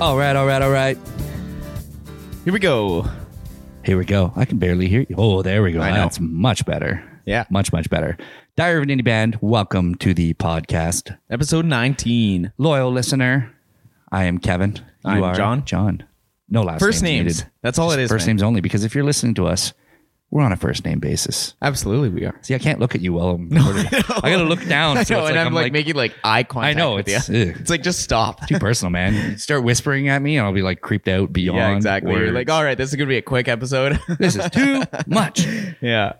All right, all right, all right. Here we go. Here we go. I can barely hear you. Oh, there we go. I know. That's much better. Yeah. Much, much better. Diary of an Indie Band, welcome to the podcast. Episode 19. Loyal listener, I am Kevin. You I'm are John. John. No last First names. names. That's all it is, First man. names only, because if you're listening to us, we're on a first name basis. Absolutely, we are. See, I can't look at you while I'm recording. I gotta look down. I so know, it's and I'm, like, like making like eye contact. I know, with it's- you. ugh. it's like just stop. too personal, man. You start whispering at me, and I'll be like creeped out beyond. Yeah, exactly. You're words. like, oh. all right, this is gonna be a quick episode. this is too much. yeah,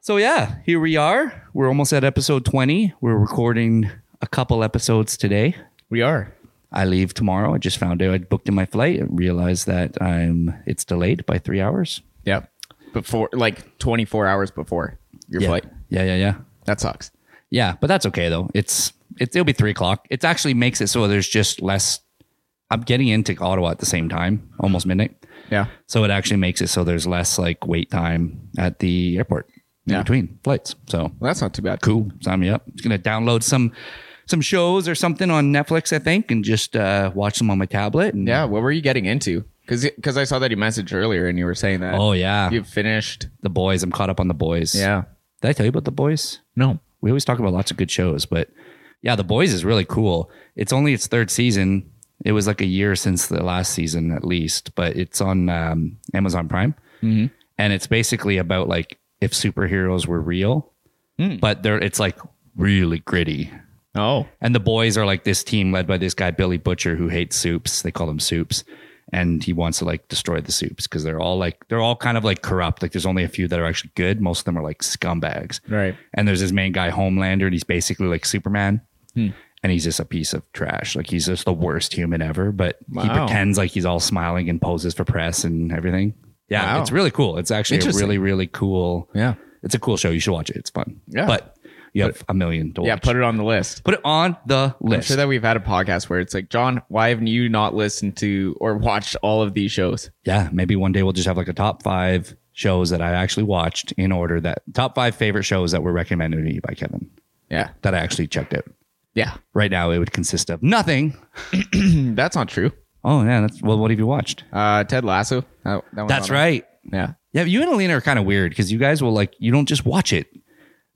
So yeah, here we are. We're almost at episode 20. We're recording a couple episodes today. we are. I leave tomorrow. I just found out I booked in my flight and realized that I'm it's delayed by three hours. Yep. Before, like 24 hours before your yeah. flight. Yeah, yeah, yeah. That sucks. Yeah, but that's okay though. It's it's it'll be three o'clock. It actually makes it so there's just less I'm getting into Ottawa at the same time, almost midnight. Yeah. So it actually makes it so there's less like wait time at the airport in Yeah. between flights. So Well, that's not too bad. cool. Sign me up. It's gonna download some some shows or something on Netflix, I think, and just uh, watch them on my tablet. And Yeah. What were you getting into? Because because I saw that you messaged earlier and you were saying that. Oh yeah, You finished. the boys. I'm caught up on the boys. Yeah. Did I tell you about the boys? No. We always talk about lots of good shows, but yeah, the boys is really cool. It's only its third season. It was like a year since the last season, at least, but it's on um, Amazon Prime, Mhm. and it's basically about like if superheroes were real, but they're it's like really gritty. Oh. And the boys are like this team led by this guy, Billy Butcher, who hates soups. They call him soups. And he wants to like destroy the soups because they're all like, they're all kind of like corrupt. Like there's only a few that are actually good. Most of them are like scumbags. Right. And there's this main guy, Homelander, and he's basically like Superman. Hmm. And he's just a piece of trash. Like he's just the worst human ever. But he Wow. pretends like he's all smiling and poses for press and everything. Yeah, Wow. it's really cool. It's actually a Interesting. really, really cool. Yeah. It's a cool show. You should watch it. It's fun. Yeah. But you have a million to watch. Yeah. Put it on the list. Put it on the I'm list. sure that we've had a podcast where it's like, John, why haven't you not listened to or watched all of these shows? yeah, maybe one day we'll just have like a top five shows that I actually watched in order that top five favorite shows that were recommended to me by Kevin Yeah. that I actually checked out. Yeah. Hmm, Right now, it would consist of nothing. That's not true. Oh, yeah. That's, well, what have you watched? Uh, Ted Lasso. That, that one's That's on- right. Yeah. Yeah, you and Alina are kind of weird because you guys will like, you don't just watch it.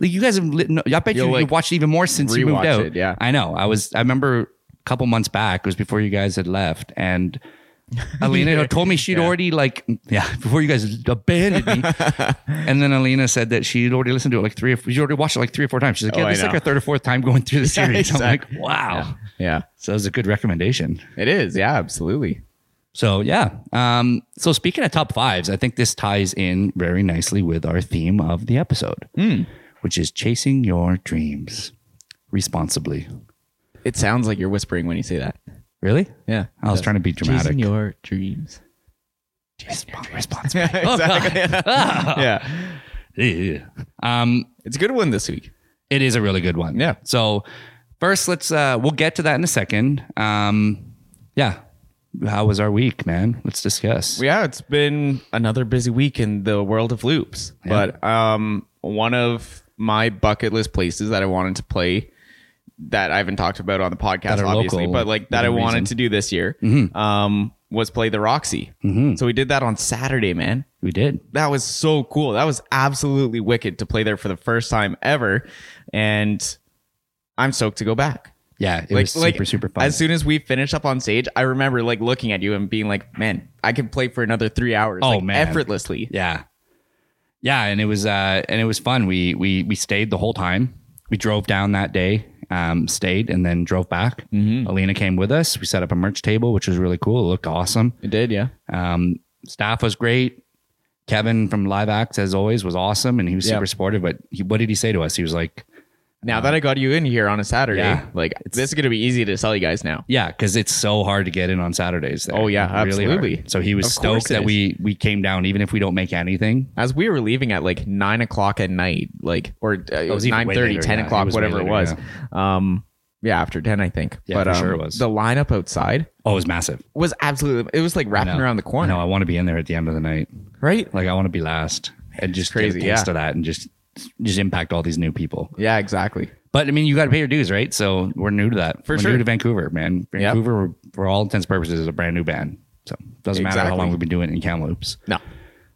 Like, you guys have, lit, no, I bet you, You'll, you like, watched it even more since you moved rewatch out. it, yeah. I know. I was, I remember a couple months back, it was before you guys had left. And Alina told me she'd already, like, yeah, before you guys abandoned me. and then Alina said that she'd already listened to it like three, or, she'd already watched it like three or four times. She's like, Oh, yeah, I this is like know. our third or fourth time going through the series. exactly. I'm like, wow. Yeah. So that was a good recommendation. It is. Yeah. Absolutely. So yeah. Um, so speaking of top fives, I think this ties in very nicely with our theme of the episode, Hmm. which is chasing your dreams responsibly. It sounds like you're whispering when you say that. Really? Yeah. I was trying to be dramatic. Chasing your dreams. Respon- responsibly. exactly. yeah. Yeah. um, It's a good one this week. it is a really good one. Yeah. So first, let's uh, we'll get to that in a second. Um, yeah. How was our week, man? Let's discuss. Yeah, it's been another busy week in the world of loops. But um, one of my bucket list places that I wanted to play that I haven't talked about on the podcast, That are obviously, local but like that I within reason. Mm-hmm. wanted to do this year um, was play the Roxy. So we did that on Saturday, man. we did. That was so cool. That was absolutely wicked to play there for the first time ever, and I'm stoked to go back Yeah, it was super super fun. as soon as we finished up on stage i remember like looking at you and being like man i can play for another three hours Oh, like, man. effortlessly Yeah. Yeah, and it was uh and it was fun. We we we stayed the whole time. We drove down that day, um, stayed and then drove back. Mm-hmm. Alina came with us. We set up a merch table, which was really cool. It looked awesome. it did yeah Um, staff was great. Kevin from Live Acts, as always, was awesome and he was Yeah. super supportive. But he, what did he say to us? He was like, now that i got you in here on a saturday Yeah. like this is gonna be easy to sell you guys now Yeah, because it's so hard to get in on Saturdays. There. Oh, yeah, Like, hard. absolutely. so he was Of course stoked it that is. we we came down, even if we don't make anything. as we were leaving at like 9 o'clock at night like or uh, it was was, even way nine thirty, later, 10 yeah. It o'clock was way whatever it later, was um yeah after 10 i think Yeah, but for um, sure it was. the lineup outside Oh, it was massive. was absolutely it was like wrapping No. around the corner No, I want to be in there at the end of the night. right Like I want to be last and just crazy, get a taste yeah. of that and just just impact all these new people. yeah exactly But I mean, you got to pay your dues, right? So we're new to that. For we're sure. new to Vancouver, man. Yep. Vancouver, we're for all intents and purposes, is a brand new band. So it doesn't matter how Exactly. long we've been doing it in Kamloops. No.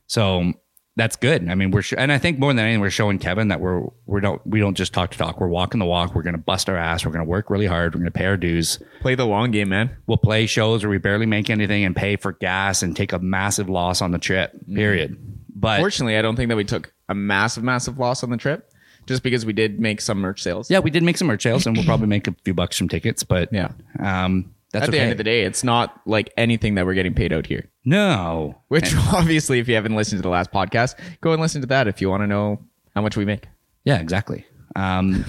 So that's good. I mean, we're sh- and I think more than anything, we're showing Kevin that we're we don't we don't just talk to talk. We're walking the walk. We're going to bust our ass. We're going to work really hard. We're going to pay our dues. Play the long game, man. We'll play shows where we barely make anything and pay for gas and take a massive loss on the trip. Mm-hmm. Period. But Fortunately, I don't think that we took a massive, massive loss on the trip just because we did make some merch sales. yeah, we did make some merch sales, and we'll probably make a few bucks from tickets. But Yeah. um, that's At the okay. end of the day, it's not like anything that we're getting paid out here. no, Which obviously, if you haven't listened to the last podcast, go and listen to that if you want to know how much we make. Yeah, exactly. Um,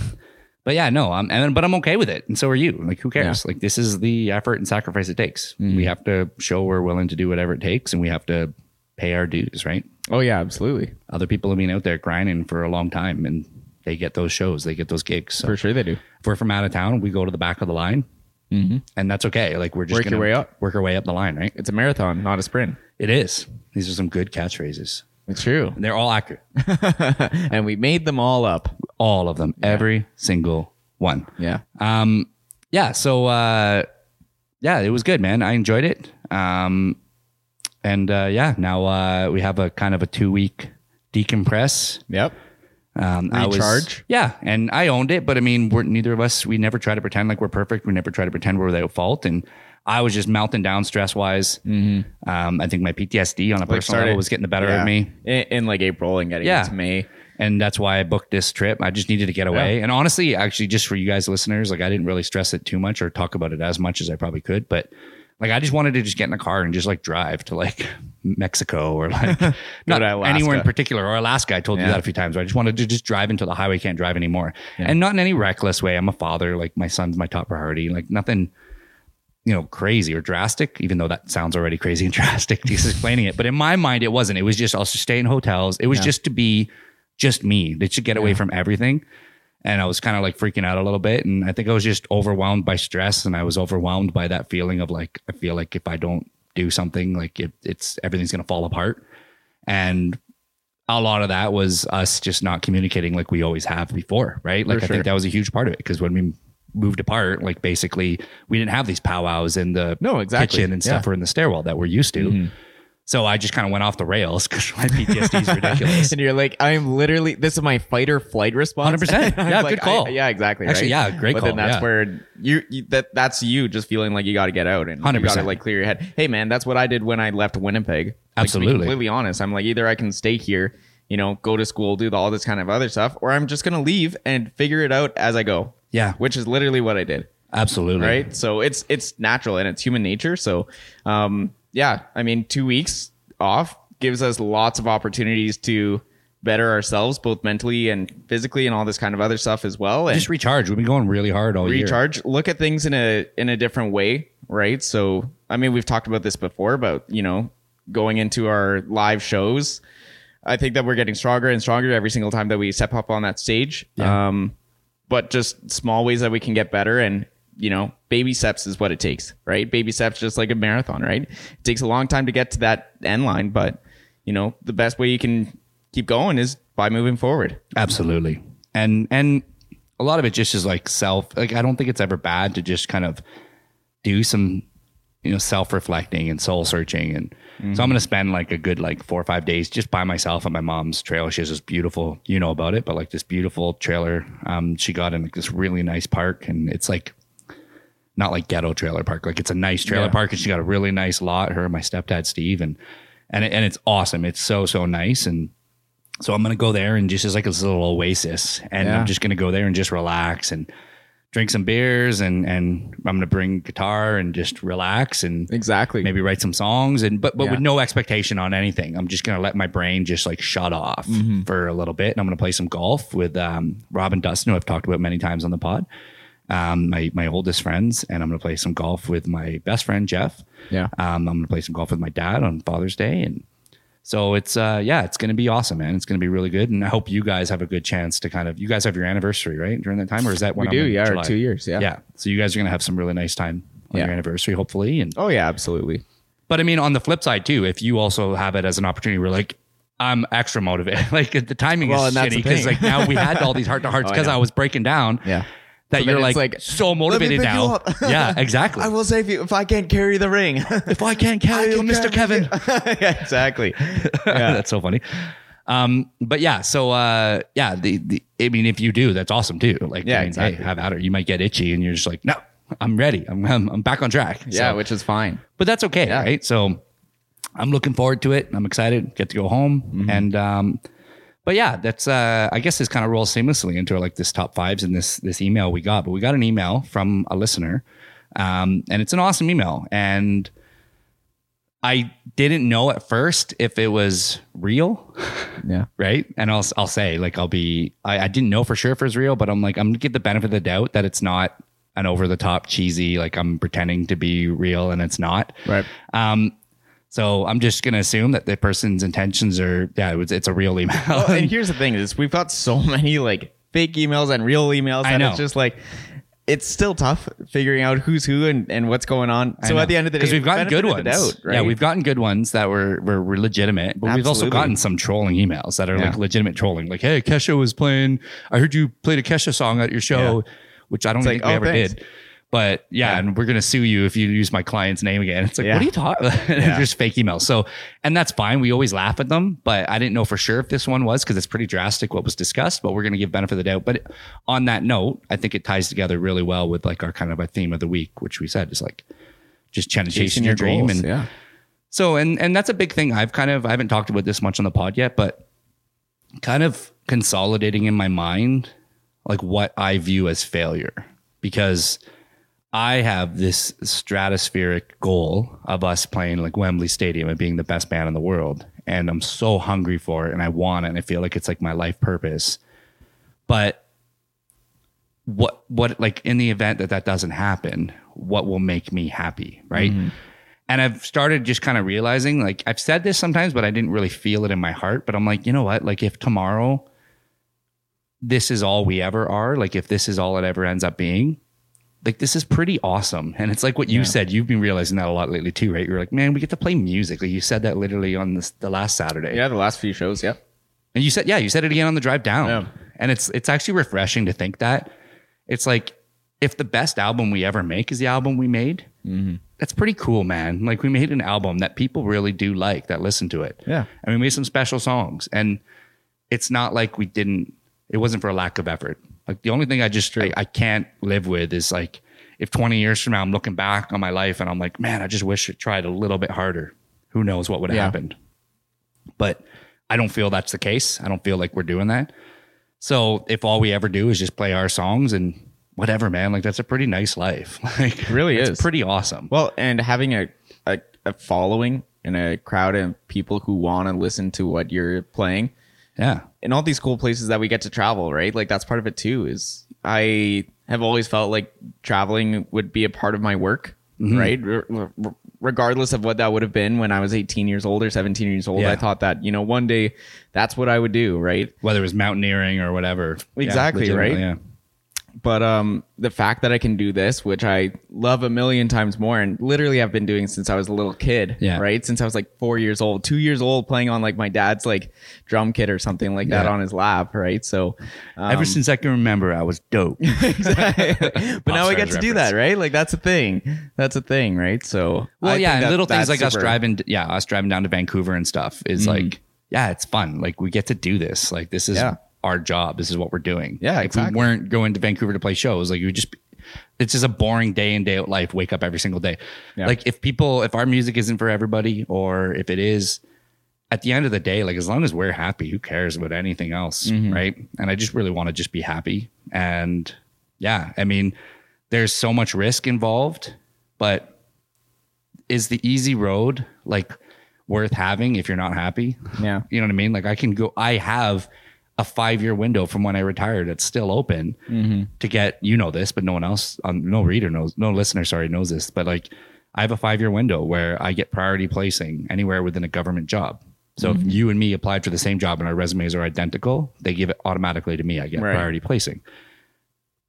but yeah, no, I'm, and, but I'm okay with it. And so are you. Like, who cares? Like, this is the effort and sacrifice it takes. Mm-hmm. We have to show we're willing to do whatever it takes and we have to pay our dues, right? Oh yeah, absolutely, Other people have been out there grinding for a long time and they get those shows, they get those gigs. So for sure they do. if we're from out of town, we go to the back of the line. And that's okay. Like, we're just Mm-hmm. Work your gonna way up. Work our way up the line, right? It's a marathon, not a sprint. It is. These are some good catchphrases. It's true, And they're all accurate. and we made them all up. all of them. Every single one. Yeah, um yeah so uh yeah it was good man i enjoyed it um and uh yeah now uh we have a kind of a two week decompress yep. um I was- Recharge? yeah and i owned it but i mean we're neither of us we never try to pretend like we're perfect we never try to pretend we're without fault and I was just melting down stress wise. Um, I think my PTSD on a personal level was getting the better Mm-hmm. Yeah. of me. in, in like April and getting Yeah. into May. And that's why I booked this trip. I just needed to get away. And honestly, actually, just for you guys listeners, like I didn't really stress it too much or talk about it as much as I probably could. But like I just wanted to just get in the car and just like drive to like Mexico or like not to Alaska. anywhere in particular or Alaska. I told you Yeah. that a few times. I just wanted to just drive until the highway can't drive anymore. And not in any reckless way. I'm a father, like my son's my top priority. Like nothing you know, crazy or drastic, even though that sounds already crazy and drastic just explaining it. But in my mind, it wasn't. It was just I'll stay in hotels. It was just to be just me. It should get away from everything. And I was kind of like freaking out a little bit. And I think I was just overwhelmed by stress and I was overwhelmed by that feeling of like, I feel like if I don't do something, like it, it's everything's gonna fall apart. And a lot of that was us just not communicating like we always have before, right? Like I sure. think that was a huge part of it because when we moved apart, like basically we didn't have these powwows in the No, exactly. kitchen and stuff Yeah. Mm-hmm. or in the stairwell that we're used to. So I just kind of went off the rails because my PTSD is ridiculous. And you're like, I'm literally this is my fight or flight response. 100%. I'm Yeah, like, good call. I- yeah, exactly. Actually, right? yeah, great but call, Then that's yeah. where you, you that that's you just feeling like you got to get out and you got to 100%. like clear your head. Hey, man, that's what I did when I left Winnipeg. Like, Absolutely. To be completely honest, I'm like either I can stay here, you know, go to school, do the, all this kind of other stuff, or I'm just gonna leave and figure it out as I go. Yeah. which is literally what I did Absolutely. right so it's it's natural and it's human nature so um yeah i mean two weeks off gives us lots of opportunities to better ourselves both mentally and physically and all this kind of other stuff as well and Just recharge. We've been going really hard all year. recharge look at things in a in a different way right so i mean we've talked about this before about you know going into our live shows i think that we're getting stronger and stronger every single time that we step up on that stage um but just small ways that we can get better and you know baby steps is what it takes right baby steps just like a marathon right it takes a long time to get to that end line but you know the best way you can keep going is by moving forward Absolutely. And and a lot of it just is like self like I don't think it's ever bad to just kind of do some you know self-reflecting and soul searching and so I'm going to spend like a good like 4 or 5 days just by myself at my mom's trailer she has this beautiful you know about it but like this beautiful trailer um she got in like this really nice park and it's like not like ghetto trailer park. Like it's a nice trailer Yeah. park, and she got a really nice lot. Her and my stepdad Steve, and and it, and it's awesome. It's so so nice, and so I'm gonna go there and just it's like this little oasis, and Yeah. I'm just gonna go there and just relax and drink some beers, and and I'm gonna bring guitar and just relax and exactly maybe write some songs and but but Yeah. with no expectation on anything i'm just gonna let my brain just like shut off Mm-hmm. for a little bit and i'm gonna play some golf with um rob and dustin who i've talked about many times on the pod um my my oldest friends and i'm gonna play some golf with my best friend jeff yeah um i'm gonna play some golf with my dad on father's day and so it's uh yeah it's gonna be awesome man it's gonna be really good and i hope you guys have a good chance to kind of you guys have your anniversary right during that time or is that when we do I'm in yeah or July? two years yeah yeah so you guys are gonna have some really nice time on Yeah. your anniversary hopefully and Oh yeah, absolutely. but I mean, on the flip side too, if you also have it as an opportunity, we're like, I'm extra motivated. like the timing Well, is and that's shitty the because thing. like Oh, now we had all these heart to hearts because I was breaking down. Yeah. that So then you're it's like, like, so "Let me motivated pick you now. up." yeah, exactly. I will save you if I can't carry the ring. if I can't carry you, can Mr. Kevin. yeah, exactly. Yeah. that's so funny. Um, but yeah, so uh, yeah, the, the I mean, if you do, that's awesome too. Like, Yeah, I mean, hey, exactly. have at it. You might get itchy, and you're just like, no, I'm ready. I'm I'm, I'm back on track. So- yeah, which is fine. but that's okay, right? So I'm looking forward to it. I'm excited. Get to go home, and um, but yeah, that's uh, I guess this kind of rolls seamlessly into like this top fives and this this email we got. But we got an email from a listener, um, and it's an awesome email, and I didn't know at first if it was real Yeah. right? And I'll I'll say like I'll be I, I didn't know for sure if it was real, but I'm like I'm gonna give the benefit of the doubt that it's not an over the top cheesy like I'm pretending to be real and it's not. Right. Um, so I'm just gonna assume that the person's intentions are yeah it was, it's a real email. Well, Oh, and here's the thing is we've got so many like fake emails and real emails I and know. it's just like it's still tough figuring out who's who and, and what's going on. So at the end of the day, because we've gotten good benefit ones, of the doubt, right? yeah, we've gotten good ones that were were, were legitimate, but we've also Absolutely. gotten some trolling emails that are like Yeah. legitimate trolling, like hey Kesha was playing, I heard you played a Kesha song at your show, which I don't think like, we "Oh, ever thanks." did. But yeah, Yeah. and we're gonna sue you if you use my client's name again. It's like, Yeah. what are you talking? Yeah. There's fake emails, so and that's fine. We always laugh at them, but I didn't know for sure if this one was because it's pretty drastic what was discussed. But we're gonna give benefit of the doubt. But on that note, I think it ties together really well with like our kind of a theme of the week, which we said is like just chasing, chasing your, dream and yeah. so and and that's a big thing. I've kind of I haven't talked about this much on the pod yet, but kind of consolidating in my mind like what I view as failure because I have this stratospheric goal of us playing like Wembley Stadium and being the best band in the world and I'm so hungry for it and I want it and I feel like it's like my life purpose. But what what like in the event that that doesn't happen, what will make me happy, right? And I've started just kind of realizing, like, I've said this sometimes, but I didn't really feel it in my heart. But I'm like, you know what? Like, if tomorrow this is all we ever are, like, if this is all it ever ends up being, like, this is pretty awesome. And it's like what you said, you've been realizing that a lot lately, too, right? You're like, man, we get to play music. Like, you said that literally on this, the last Saturday. Yeah, the last few shows, yeah. And you said, yeah, you said it again on the drive down. Yeah. And it's it's actually refreshing to think that. It's like if the best album we ever make is the album we made, Mm-hmm. that's pretty cool, man. Like we made an album that people really do like that listen to it. Yeah. And we made some special songs. And it's not like we didn't it wasn't for a lack of effort. Like the only thing I just I, I can't live with is like if 20 years from now I'm looking back on my life and I'm like, man, I just wish it tried a little bit harder. Who knows what would have Yeah. happened? But I don't feel that's the case. I don't feel like we're doing that. So if all we ever do is just play our songs and whatever, man, like that's a pretty nice life. Like it really it's is. pretty awesome. Well, and having a, a, a following and a crowd of people who want to listen to what you're playing Yeah. in all these cool places that we get to travel, right? Like that's part of it too. Is I have always felt like traveling would be a part of my work, Mm-hmm. right? R- r- regardless of what that would have been when I was 18 years old or 17 years old, Yeah. I thought that you know one day that's what I would do, right? Whether it was mountaineering or whatever. Yeah, Exactly, right? legitimately, Yeah. but um the fact that i can do this which i love a million times more and literally i've been doing since i was a little kid Yeah. right since i was like four years old two years old playing on like my dad's like drum kit or something like that Yeah. on his lap right so um, Ever since I can remember, I was dope. but now i Stars get to do that right like that's a thing that's a thing right so Well, yeah, I think and that- little things that's like us super- Mm-hmm. driving, yeah, us driving down to Vancouver and stuff is like, yeah, it's fun. Like we get to do this. Like this is Yeah. our job. This is what we're doing. Yeah, if exactly. we weren't going to Vancouver to play shows, like you would just, be- it's just a boring day in day out life. Wake up every single day. Yeah. Like if people, if our music isn't for everybody, or if it is, at the end of the day, like as long as we're happy, who cares about anything else, Mm-hmm. right? And I just really want to just be happy. And yeah, I mean, there's so much risk involved, but is the easy road like worth having if you're not happy? Yeah. You know what I mean? Like I can go I have a five year window from when I retired that's still open Mm-hmm. to get you know this, but no one else um, no reader knows no listener sorry knows this. But like I have a five year window where I get priority placing anywhere within a government job. So Mm-hmm. if you and me applied for the same job and our resumes are identical, they give it automatically to me. I get Right. priority placing.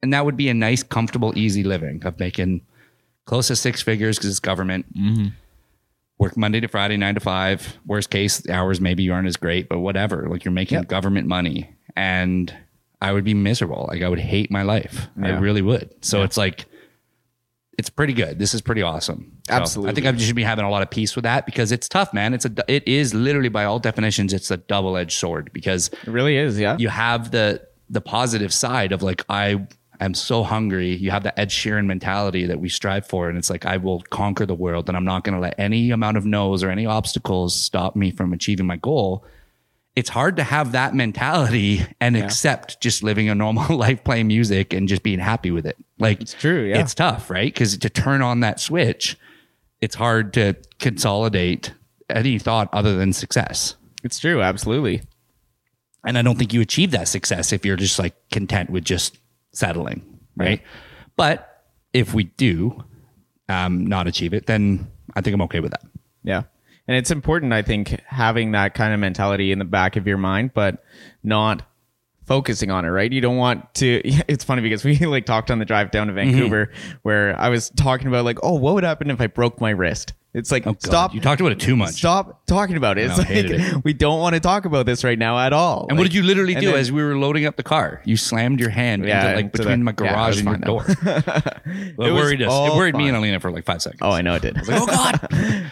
And that would be a nice, comfortable, easy living of making close to six figures because it's government. Work Monday to Friday, nine to five. Worst case, the hours maybe aren't as great, but whatever. Like you're making government money. And I would be miserable. Like I would hate my life. I Yeah. really would. So it's like, it's pretty good. This is pretty awesome. So I think Absolutely. I should be having a lot of peace with that because it's tough, man. It's a, it is literally by all definitions, it's a double edged sword because It really is, yeah. you have the the positive side of like I am so hungry. You have the Ed Sheeran mentality that we strive for, and it's like I will conquer the world, and I'm not going to let any amount of no's or any obstacles stop me from achieving my goal. It's hard to have that mentality and accept just living a normal life, playing music, and just being happy with it. Like it's true, yeah. It's tough, right? Because to turn on that switch, it's hard to consolidate any thought other than success. It's true, absolutely. And I don't think you achieve that success if you're just like content with just settling, right? But if we do um, not achieve it, then I think I'm okay with that. Yeah. And it's important, I think, having that kind of mentality in the back of your mind, but not focusing on it, right? You don't want to it's funny because we like talked on the drive down to Mm-hmm. Vancouver where I was talking about like, oh, what would happen if I broke my wrist? It's like Oh, God, stop You talked about it too much. stop talking about it. It's I like hated we don't want to talk about this right now at all. And what did you literally and do then- as we were loading up the car? You slammed your hand Yeah, into, like into between the- my yeah, I garage was and your fine door. it, was worried us. It all worried me fine. and Alina for like five seconds. Oh, I know it did. oh God.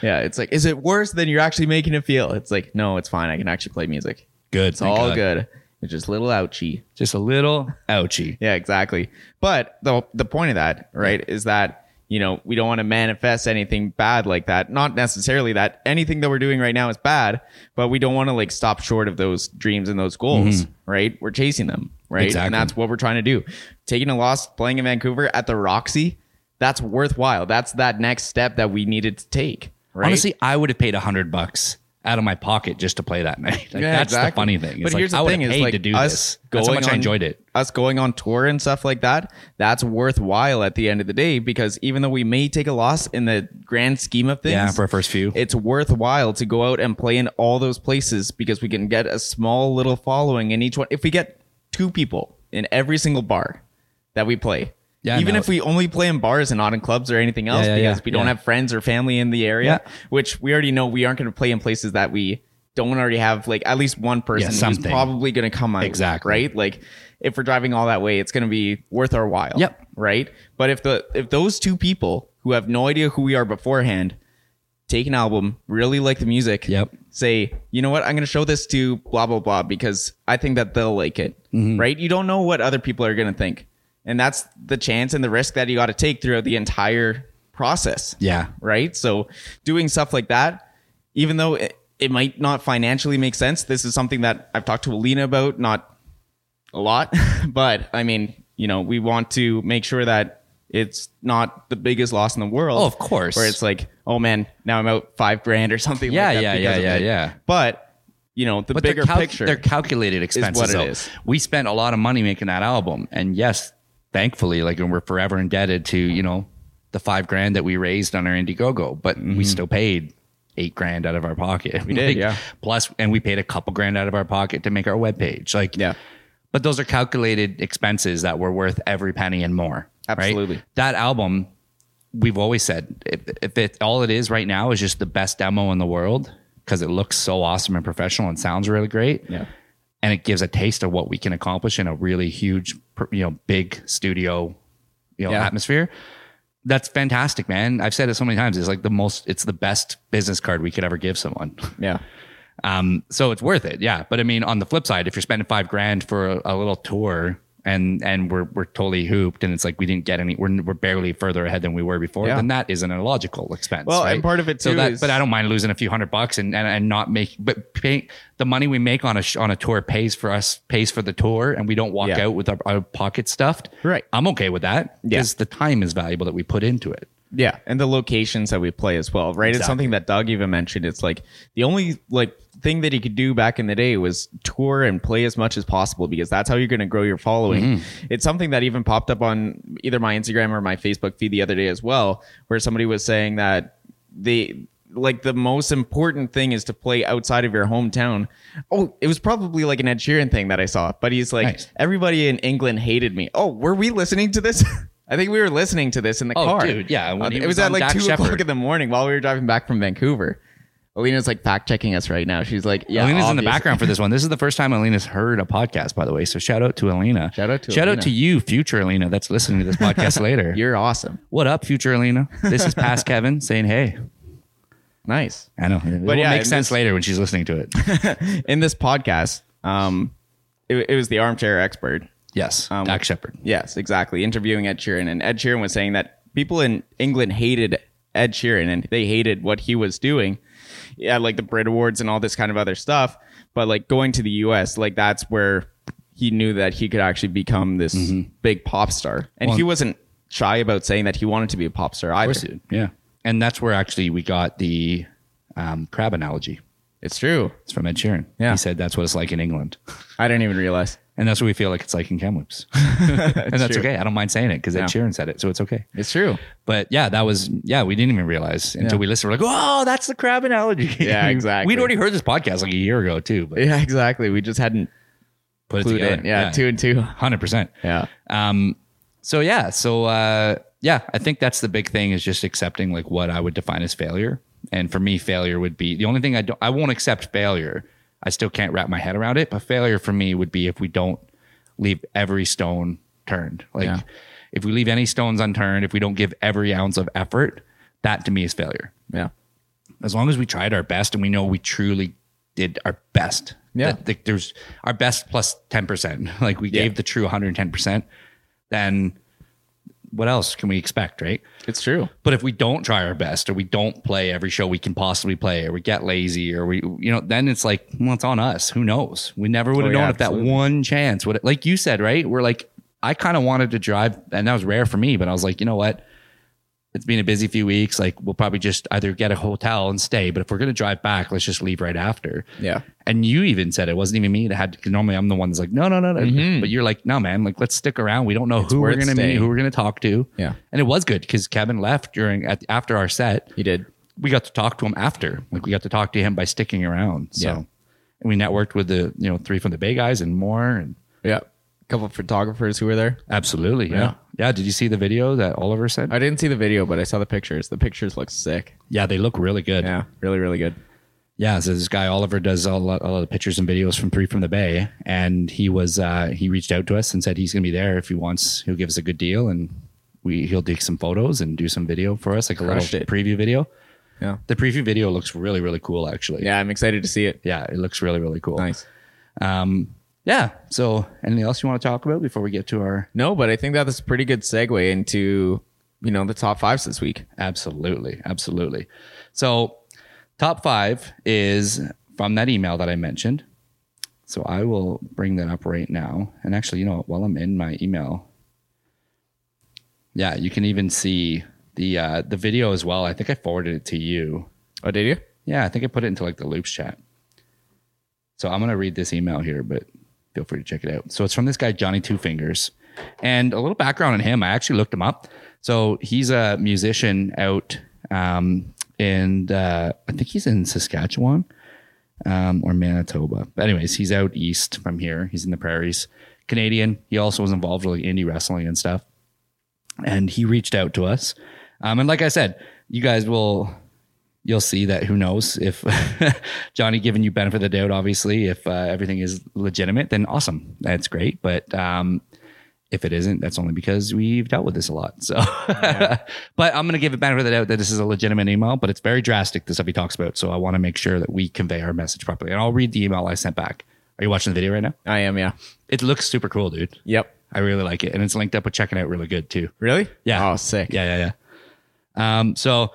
yeah, it's like, is it worse than you're actually making it feel? It's like, no, it's fine. I can actually play music. Good. It's all good. It's just a little ouchy. Just a little ouchie. Yeah, exactly. But the the point of that, right, is that you know we don't want to manifest anything bad like that. Not necessarily that anything that we're doing right now is bad, but we don't want to like stop short of those dreams and those goals, right? We're chasing them, right? Mm-hmm. Exactly. And that's what we're trying to do. Taking a loss, playing in Vancouver at the Roxy, that's worthwhile. That's that next step that we needed to take. Right? Honestly, I would have paid a hundred bucks out of my pocket just to play that night. Like, Yeah, that's the exactly. funny thing. It's But like, here's the I would thing have is, paid like, to do us this. That's how going much I on- enjoyed it. us going on tour and stuff like that, that's worthwhile at the end of the day because even though we may take a loss in the grand scheme of things, Yeah, for our first few. it's worthwhile to go out and play in all those places because we can get a small little following in each one. If we get two people in every single bar that we play, Yeah, even no. if we only play in bars and not in clubs or anything else yeah, because yeah, we don't yeah. have friends or family in the area, Yeah. which we already know we aren't going to play in places that we don't already have like at least one person who's something. probably going to come out Exactly. right right? Like if we're driving all that way, it's going to be worth our while. Yep. Right. But if the if those two people who have no idea who we are beforehand take an album, really like the music, Yep. say, you know what, I'm going to show this to blah blah blah because I think that they'll like it. Right. You don't know what other people are going to think, and that's the chance and the risk that you got to take throughout the entire process yeah. right? So doing stuff like that, even though it, it might not financially make sense, this is something that I've talked to Alina about, not a lot, but I mean, you know, we want to make sure that it's not the biggest loss in the world. Oh, of course. Where it's like, oh man, now I'm out five grand or something Yeah, like that. yeah, because yeah, of yeah, it. yeah. But, you know, the But bigger they're calc- picture. They're calculated expenses. what it though. is. We spent a lot of money making that album. And yes, thankfully, like, and we're forever indebted to, you know, the five grand that we raised on our Indiegogo, but we still paid eight grand out of our pocket. We Mm-hmm. did, yeah. Plus, and we paid a couple grand out of our pocket to make our webpage. Like, Yeah. But those are calculated expenses that were worth every penny and more. right? Absolutely. That album, we've always said, if, if it all it is right now is just the best demo in the world because it looks so awesome and professional and sounds really great. Yeah. And it gives a taste of what we can accomplish in a really huge, pr- you know, big studio, you know, Yeah. atmosphere. That's fantastic, man. I've said it so many times. It's like the most, it's the best business card we could ever give someone. yeah. Um, so it's worth it, yeah. But I mean, on the flip side, if you're spending five grand for a, a little tour and and we're we're totally hooped, and it's like we didn't get any, we're we're barely further ahead than we were before, Yeah. then that is an illogical expense. Well, and right? part of it So too that, is- but I don't mind losing a few hundred bucks and and, and not make, but pay, the money we make on a sh- on a tour pays for us, pays for the tour, and we don't walk Yeah. out with our, our pocket stuffed. Right. I'm okay with that because the time is valuable that we put into it. Yeah, and the locations that we play as well, right? It's something that Doug even mentioned. It's like the only like thing that he could do back in the day was tour and play as much as possible because that's how you're going to grow your following. It's something that even popped up on either my Instagram or my Facebook feed the other day as well, where somebody was saying that the like the most important thing is to play outside of your hometown. Oh, it was probably like an Ed Sheeran thing that I saw, but he's like, Nice. everybody in England hated me. Oh, were we listening to this? I think we were listening to this in the Oh, car. dude, yeah, when Uh, he it was was at on like Dak two Shepherd. o'clock in the morning while we were driving back from Vancouver. Alina's like fact checking us right now. She's like, yeah, Alina's in the obvious. background for this one. This is the first time Alina's heard a podcast, by the way. So shout out to Alina. Shout out to shout out Alina. to you, future Alina, that's listening to this podcast later. You're awesome. what up, future Alina? This is past Kevin saying, "Hey, Nice. I know." It will yeah, make and sense this- later when she's listening to it. In this podcast, um, it, it was the armchair expert. Yes, Um, Dak Shepard. Yes, exactly. Interviewing Ed Sheeran, and Ed Sheeran was saying that people in England hated Ed Sheeran and they hated what he was doing. Yeah, like the Brit Awards and all this kind of other stuff. But like going to the US, like that's where he knew that he could actually become this big pop star. And Well- he wasn't shy about saying that he wanted to be a pop star either. Yeah, and that's where actually we got the um, crab analogy. It's true. It's from Ed Sheeran. Yeah. he said that's what it's like in England, I didn't even realize. and that's what we feel like it's like in Kamloops, and that's okay. I don't mind saying it because Ed Sheeran said it, so it's okay. It's true. But yeah, that was yeah. We didn't even realize until we listened. We're like, oh, that's the crab analogy. Yeah, exactly. We'd already heard this podcast like a year ago too, but Yeah, exactly. We just hadn't put it clued together. in. Yeah, two and two. hundred percent. Yeah. Um, so yeah, so uh, yeah, I think that's the big thing is just accepting like what I would define as failure. And for me, failure would be the only thing I don't. I won't accept failure. I still can't wrap my head around it. But failure for me would be if we don't leave every stone turned. Like Yeah. if we leave any stones unturned, if we don't give every ounce of effort, that to me is failure. Yeah. As long as we tried our best and we know we truly did our best. Yeah. That, that there's our best plus ten percent. Like we Yeah. gave the true 110 percent, then what else can we expect, right? It's true. But if we don't try our best or we don't play every show we can possibly play or we get lazy or we, you know, then it's like, well, it's on us. Who knows? We never would have Oh, known yeah, if that absolutely. one chance would, like you said, right? We're like, I kind of wanted to drive and that was rare for me, but I was like, you know what? It's been a busy few weeks. Like we'll probably just either get a hotel and stay, but if we're going to drive back, let's just leave right after. Yeah. And you even said it wasn't even me that had. 'cause normally, I'm the one that's like, no, no, no, no. But you're like, no, man. Like, let's stick around. We don't know who we're Mm-hmm. worth gonna meet, staying. who we're gonna talk to. Yeah. And it was good because Kevin left during at, after our set. He did. We got to talk to him after. Like, we got to talk to him by sticking around. So, Yeah. and we networked with the you know three from the Bay guys and more. And Yeah. A couple of photographers who were there. absolutely, yeah. yeah, Yeah. Did you see the video that Oliver sent? I didn't see the video, but I saw the pictures. The pictures look sick. yeah, they look really good. Yeah, really, really good. yeah, so this guy Oliver does all, all the pictures and videos from Three from the Bay, and he was uh, he reached out to us and said he's going to be there if he wants. He'll give us a good deal, and we he'll take some photos and do some video for us, like a Crushed little it. preview video. Yeah. The preview video looks really really cool, actually. Yeah, I'm excited to see it. yeah, it looks really really cool. Nice. Um, yeah. So, anything else you want to talk about before we get to our No, but I think that's a pretty good segue into, you know, the top fives this week. Absolutely. Absolutely. So, top five is from that email that I mentioned. So, I will bring that up right now. And actually, you know what? While I'm in my email, yeah, you can even see the uh, the video as well. I think I forwarded it to you. Oh, did you? Yeah, I think I put it into like the loops chat. So I'm gonna read this email here, but feel free to check it out. So it's from this guy Johnny Two Fingers, and a little background on him. I actually looked him up. So he's a musician out um, in uh, I think he's in Saskatchewan um, or Manitoba. But anyways, he's out east from here. He's in the prairies, Canadian. He also was involved with like indie wrestling and stuff and he reached out to us. Um, and like I said, you guys will you'll see that who knows if Johnny giving you benefit of the doubt. Obviously, if uh, everything is legitimate, then awesome, that's great. But um, if it isn't, that's only because we've dealt with this a lot. So, but I'm going to give it benefit of the doubt that this is a legitimate email, but it's very drastic the stuff he talks about. So I want to make sure that we convey our message properly. And I'll read the email I sent back. Are you watching the video right now? I am, yeah. It looks super cool, dude. Yep. I really like it, and it's linked up with checking out really good too. Really? Yeah. Oh, sick. Yeah, yeah, yeah. Um, so,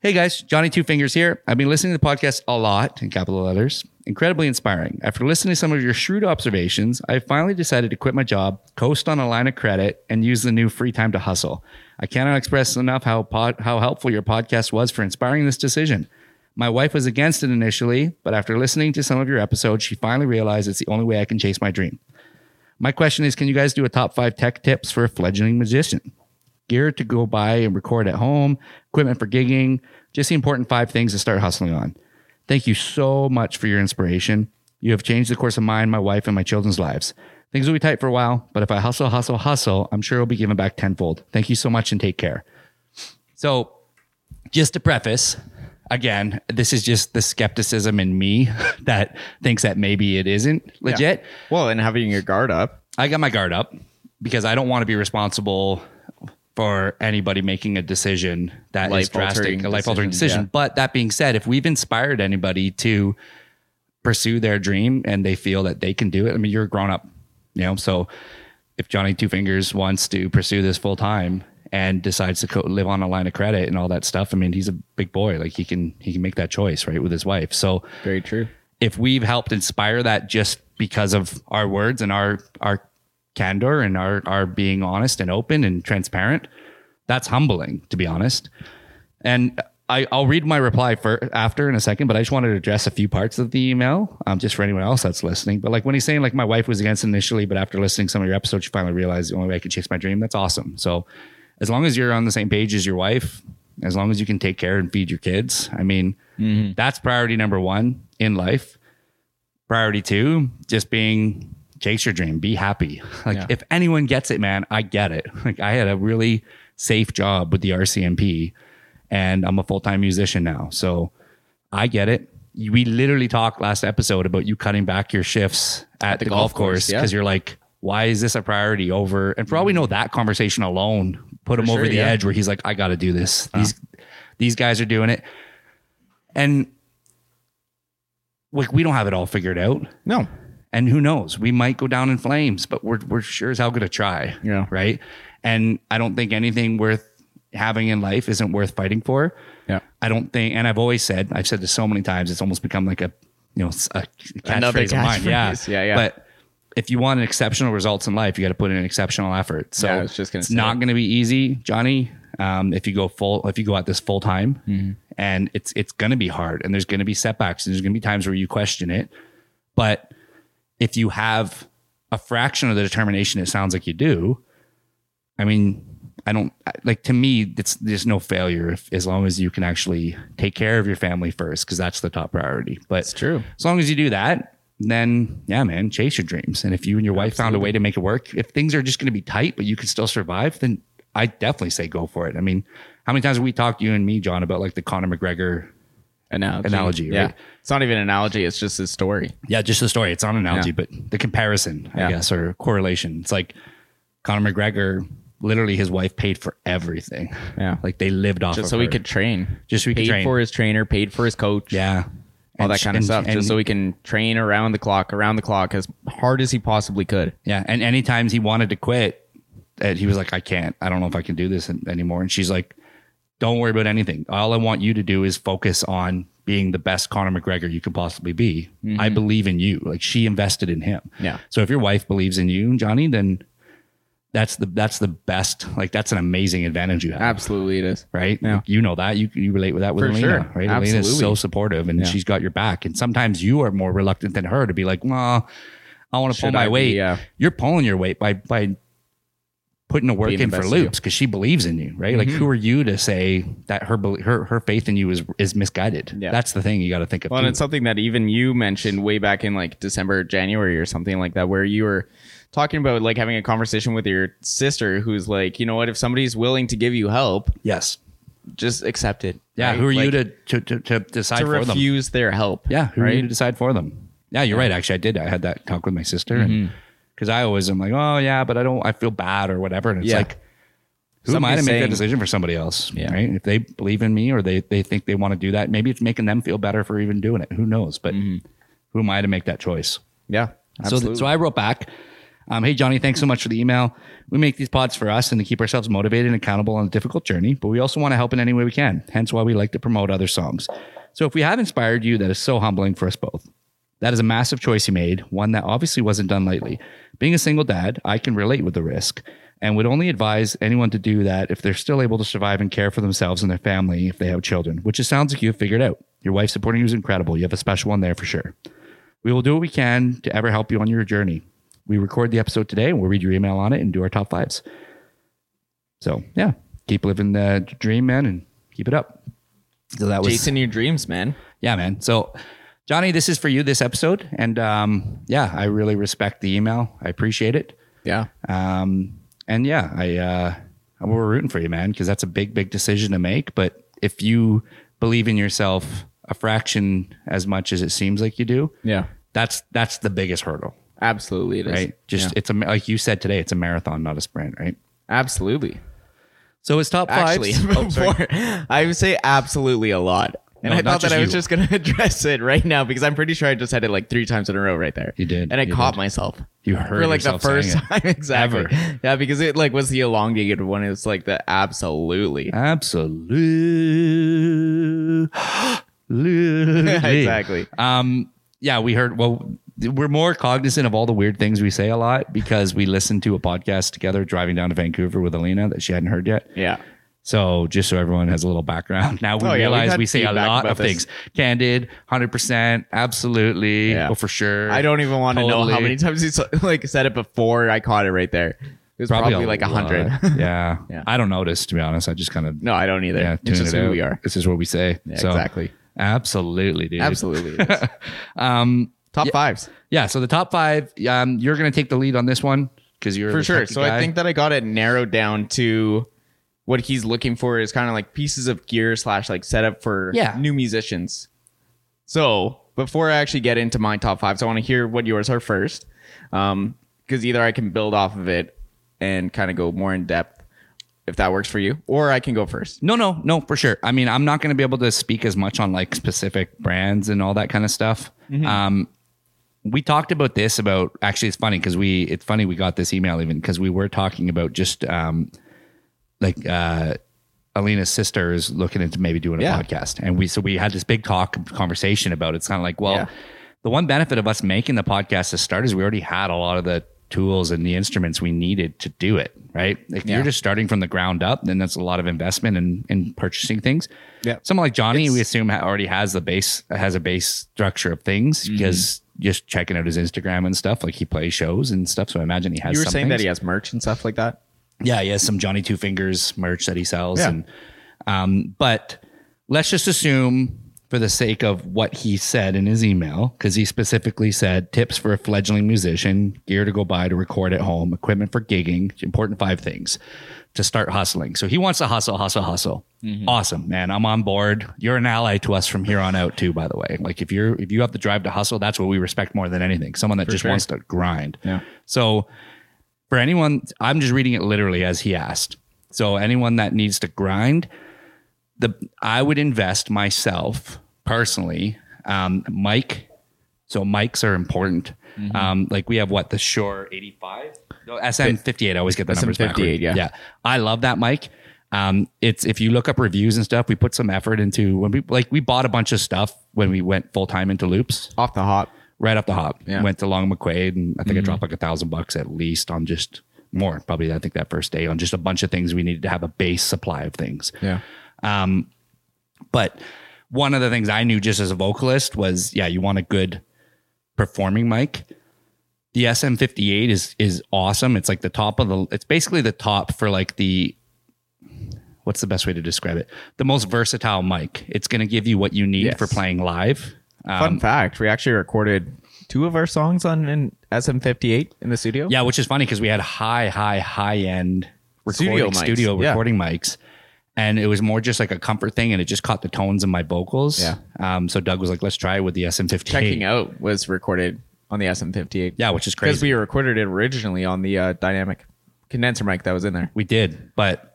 hey guys, Johnny Two Fingers here. I've been listening to the podcast a lot in capital letters. Incredibly inspiring. After listening to some of your shrewd observations, I finally decided to quit my job, coast on a line of credit, and use the new free time to hustle. I cannot express enough how pod, how helpful your podcast was for inspiring this decision. My wife was against it initially, but after listening to some of your episodes, she finally realized it's the only way I can chase my dream. My question is, can you guys do a top five tech tips for a fledgling musician? gear to go buy and record at home, equipment for gigging, just the important five things to start hustling on. Thank you so much for your inspiration. You have changed the course of mine, my wife, and my children's lives. Things will be tight for a while, but if I hustle, hustle, hustle, I'm sure it'll be given back tenfold. Thank you so much and take care. So, just to preface, again, this is just the skepticism in me that thinks that maybe it isn't legit. Well, and having your guard up. I got my guard up because I don't want to be responsible for anybody making a decision that is Life-altering drastic, a life altering decision, decision. yeah. But that being said, if we've inspired anybody to pursue their dream and they feel that they can do it, I mean, you're a grown up, you know? So if Johnny Two Fingers wants to pursue this full time, and decides to co- live on a line of credit and all that stuff. I mean, he's a big boy; like he can he can make that choice, right, with his wife. So Very true. if we've helped inspire that just because of our words and our our candor and our our being honest and open and transparent, that's humbling to be honest. And I, I'll read my reply for after in a second, but I just wanted to address a few parts of the email, um, just for anyone else that's listening. But like when he's saying like my wife was against it initially, but after listening to some of your episodes, she finally realized the only way I could chase my dream. That's awesome. So as long as you're on the same page as your wife, as long as you can take care and feed your kids, I mean, that's priority number one in life priority two just being chase your dream be happy like Yeah. if anyone gets it man i get it like i had a really safe job with the rcmp and i'm a full-time musician now so i get it You- we literally talked last episode about you cutting back your shifts at, the, golf, golf course course, yeah. because you're like why is this a priority over and for all we know that conversation alone put him sure, over the yeah. Uh-huh. edge where he's like i gotta do this these these guys are doing it and like we don't have it all figured out No. and who knows we might go down in flames but we're, we're sure as hell gonna try Yeah. right and i don't think anything worth having in life isn't worth fighting for Yeah. i don't think and i've always said i've said this so many times it's almost become like a you know s- a catchphrase Another of mine yeah catchphrase. Yeah, yeah. but if you want exceptional results in life you got to put in an exceptional effort so Yeah, I was just gonna it's say. not going to be easy johnny um, if you go full if you go at this full time Mm-hmm. and it's it's going to be hard and there's going to be setbacks and there's going to be times where you question it but if you have a fraction of the determination it sounds like you do i mean i don't I- like to me it's there's no failure if, as long as you can actually take care of your family first because that's the top priority but It's true. as long as you do that then yeah man chase your dreams and if you and your wife found a way to make it work if things are just going to be tight but you can still survive then i definitely say go for it i mean how many times have we talked you and me john about like the conor mcgregor Analogy. Analogy, Yeah. right? It's not even an analogy. It's just his story. Yeah, just the story. It's not an analogy, but the comparison, I Yeah. guess, or correlation. It's like Conor McGregor, literally, his wife paid for everything. Yeah. Like they lived off Just of so he her. could train. Just so he could paid train. for his trainer, paid for his coach. yeah, All And that sh- kind of and- stuff. and- just so he can train around the clock, around the clock as hard as he possibly could. Yeah, and any times he wanted to quit, and he was like, "I can't. I don't know if I can do this an- anymore." And she's like, "Don't worry about anything. All I want you to do is focus on being the best Conor McGregor you can possibly be. I believe in you." Like she invested in him. Mm-hmm. Yeah. So if your wife believes in you, Johnny, then that's the that's the best. Like that's an amazing advantage you have Absolutely it is. right? Ah. Yeah. You know that. You you relate with that with For Alina, sure. right? Alina is so Absolutely. supportive and she's got your back. And sometimes you are more reluctant than her to be like, well, I want to pull Should my I be, weight. yeah. You're pulling your weight by by putting the work Being in the for best you. Mm-hmm. loops because she believes in you, right? Like who are you to say that her bel- her her faith in you is is misguided? Yeah. That's the thing you got to think of. Well, and too. it's something that even you mentioned way back in like December, January, or something like that, where you were talking about like having a conversation with your sister who's like, you know what, if somebody's willing to give you help, yes. just accept it. Yeah, right? who are you Like, to to, to, to decide to for them? refuse their help? Yeah, who right? need to decide for them? Yeah, you're right. Actually, I did. I had that talk with my sister, Mm-hmm. because I always am like, oh yeah, but I don't. I feel bad or whatever. And it's Yeah. like, who am I Somebody's to make that saying- decision for somebody else? Yeah. Right? If they believe in me or they they think they want to do that, maybe it's making them feel better for even doing it. Who knows? But Mm-hmm. who am I to make that choice? yeah, So, absolutely. th- so I wrote back, um, Hey, Johnny, thanks so much for the email. We make these pods for us and to keep ourselves motivated and accountable on a difficult journey, but we also want to help in any way we can, hence why we like to promote other songs. So, if we have inspired you, that is so humbling for us both. That is a massive choice you made, one that obviously wasn't done lightly. Being a single dad, I can relate with the risk and would only advise anyone to do that if they're still able to survive and care for themselves and their family if they have children, which it sounds like you've figured out. Your wife supporting you is incredible. You have a special one there for sure. We will do what we can to ever help you on your journey. We record the episode today and we'll read your email on it and do our top fives. So, yeah, keep living the dream, man, and keep it up. So that was Jason, your dreams, man. yeah, man. So, Johnny, this is for you this episode, and um, yeah, I really respect the email. I appreciate it, Yeah, um, and yeah, I uh, we're rooting for you, man, because that's a big, big decision to make. But if you believe in yourself a fraction as much as it seems like you do, Yeah. that's that's the biggest hurdle, Absolutely. It is. right? Just Yeah. it's a like you said today, it's a marathon, not a sprint, right? absolutely. So it's top five. Actually, oh, before, I would say absolutely a lot. And Oh, No, I not thought that just I was you. just going to address it right now because I'm pretty sure I just had it like three times in a row right there. You did, And I you caught did. myself. You heard For like the yourself saying first it. time. Exactly. Ever. Yeah, because it like was the elongated one. It was like the absolutely. Absolutely. exactly. Um, yeah, we heard. Well, we're more cognizant of all the weird things we say a lot because we listened to a podcast together driving down to Vancouver with Alina that she hadn't heard yet. Yeah. So just so everyone has a little background, now we Oh, yeah, we've realize had we say a feedback lot about of this. things: candid, hundred percent, absolutely, Yeah. oh for sure. I don't even want to know how Totally. many times he s- like said it before I caught it right there. It was probably, like a hundred. lot. yeah. Yeah. I don't notice to be honest. I just kind of No, I don't either. yeah, it's tune just it who out. we are. This is what we say. Yeah, So, exactly. Absolutely, dude. Absolutely. it is. Um, Top fives. Yeah, so the top five, um, you're going to take the lead on this one because you're for the sure. techie So guy. I think that I got it narrowed down to what he's looking for is kind of like pieces of gear slash like setup for Yeah. new musicians. So before I actually get into my top fives, I want to hear what yours are first, because either I can build off of it and kind of go more in depth if that works for you, or I can go first. no, no, no, for sure. I mean, I'm not going to be able to speak as much on like specific brands and all that kind of stuff. Mm-hmm. Um, we talked about this about actually, it's funny because we it's funny we got this email even because we were talking about just um, like uh, Alina's sister is looking into maybe doing a Yeah. podcast, and we so we had this big talk conversation about it. it's kind of like well. Yeah. The one benefit of us making the podcast to start is we already had a lot of the tools and the instruments we needed to do it, right? If Yeah. you're just starting from the ground up, then that's a lot of investment in, in purchasing things. Yeah. Someone like Johnny, we assume ha- already has the base, has a base structure of things Mm-hmm. because just checking out his Instagram and stuff, like he plays shows and stuff. So I imagine he has You were some saying that things. he has merch and stuff like that. Yeah, he has some Johnny Two Fingers merch that he sells, Yeah. and um, but let's just assume for the sake of what he said in his email, because he specifically said tips for a fledgling musician, gear to go buy to record at home, equipment for gigging, important five things to start hustling. So he wants to hustle, hustle, hustle. Mm-hmm. Awesome, man. I'm on board. You're an ally to us from here on out too, by the way. Like if you're if you have the drive to hustle, that's what we respect more than anything. Someone that just sure. wants to grind. Yeah. So for anyone, I'm just reading it literally as he asked. So anyone that needs to grind, the I would invest myself personally. Um, mic, so mics are important. Um, like we have what the Shure 85, no, SM58. I always get the numbers backwards. SM58, yeah. yeah. I love that mic. Um, it's if you look up reviews and stuff, we put some effort into when we like we bought a bunch of stuff when we went full time into loops Off the hop. right off the hop. Yeah. Mm-hmm. Went to Long McQuaid and I think I dropped like a thousand bucks at least on just more, probably I think that first day on just a bunch of things we needed to have a base supply of things. Yeah. But one of the things I knew just as a vocalist was yeah, you want a good performing mic. The SM58 is is awesome. It's like the top of the it's basically the top for like the what's the best way to describe it? The most versatile mic. It's going to give you what you need Yes. for playing live. Fun Um, fact: We actually recorded two of our songs on an SM58 in the studio. Yeah, which is funny because we had high, high, high end recording Studio studio, mics, yeah. recording mics. And it was more just like a comfort thing and it just caught the tones in my vocals. Yeah. Um, so Doug was like, let's try it with the SM15. checking out was recorded on the SM58. Yeah, which is because crazy. we recorded it originally on the uh, dynamic condenser mic that was in there. We did, but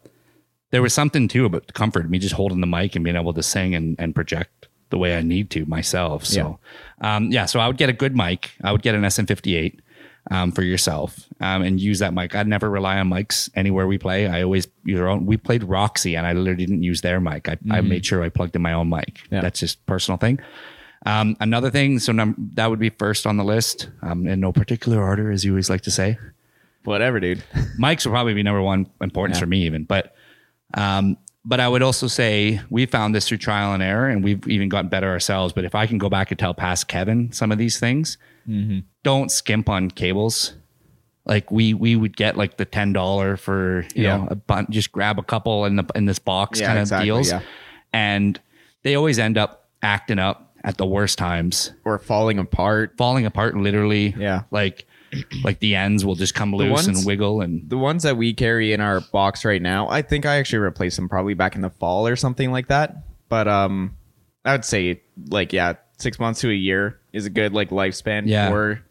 there was something too about the comfort, me just holding the mic and being able to sing and, and project the way I need to myself. So, um, yeah, so I would get a good mic. I would get an SM58 um, for yourself um, and use that mic. I'd never rely on mics anywhere we play. I always use our own. We played Roxy and I literally didn't use their mic. I, I made sure I plugged in my own mic. Yeah. That's just personal thing. Um, another thing, so num- that would be first on the list um, in no particular order, as you always like to say Whatever, dude. mics will probably be number one importance for me even but um but i would also say we found this through trial and error and we've even gotten better ourselves but if i can go back and tell past kevin some of these things Mm-hmm. don't skimp on cables like we we would get like the ten dollar for you Yeah. know a bunch just grab a couple in the in this box Yeah, kind of exactly, deals yeah. and they always end up acting up at the worst times Or falling apart. falling apart literally Yeah. like like the ends will just come loose ones- and wiggle and The ones that we carry in our box right now, I think I actually replaced them probably back in the fall or something like that. But um, I would say like yeah, six months to a year is a good like lifespan Yeah. for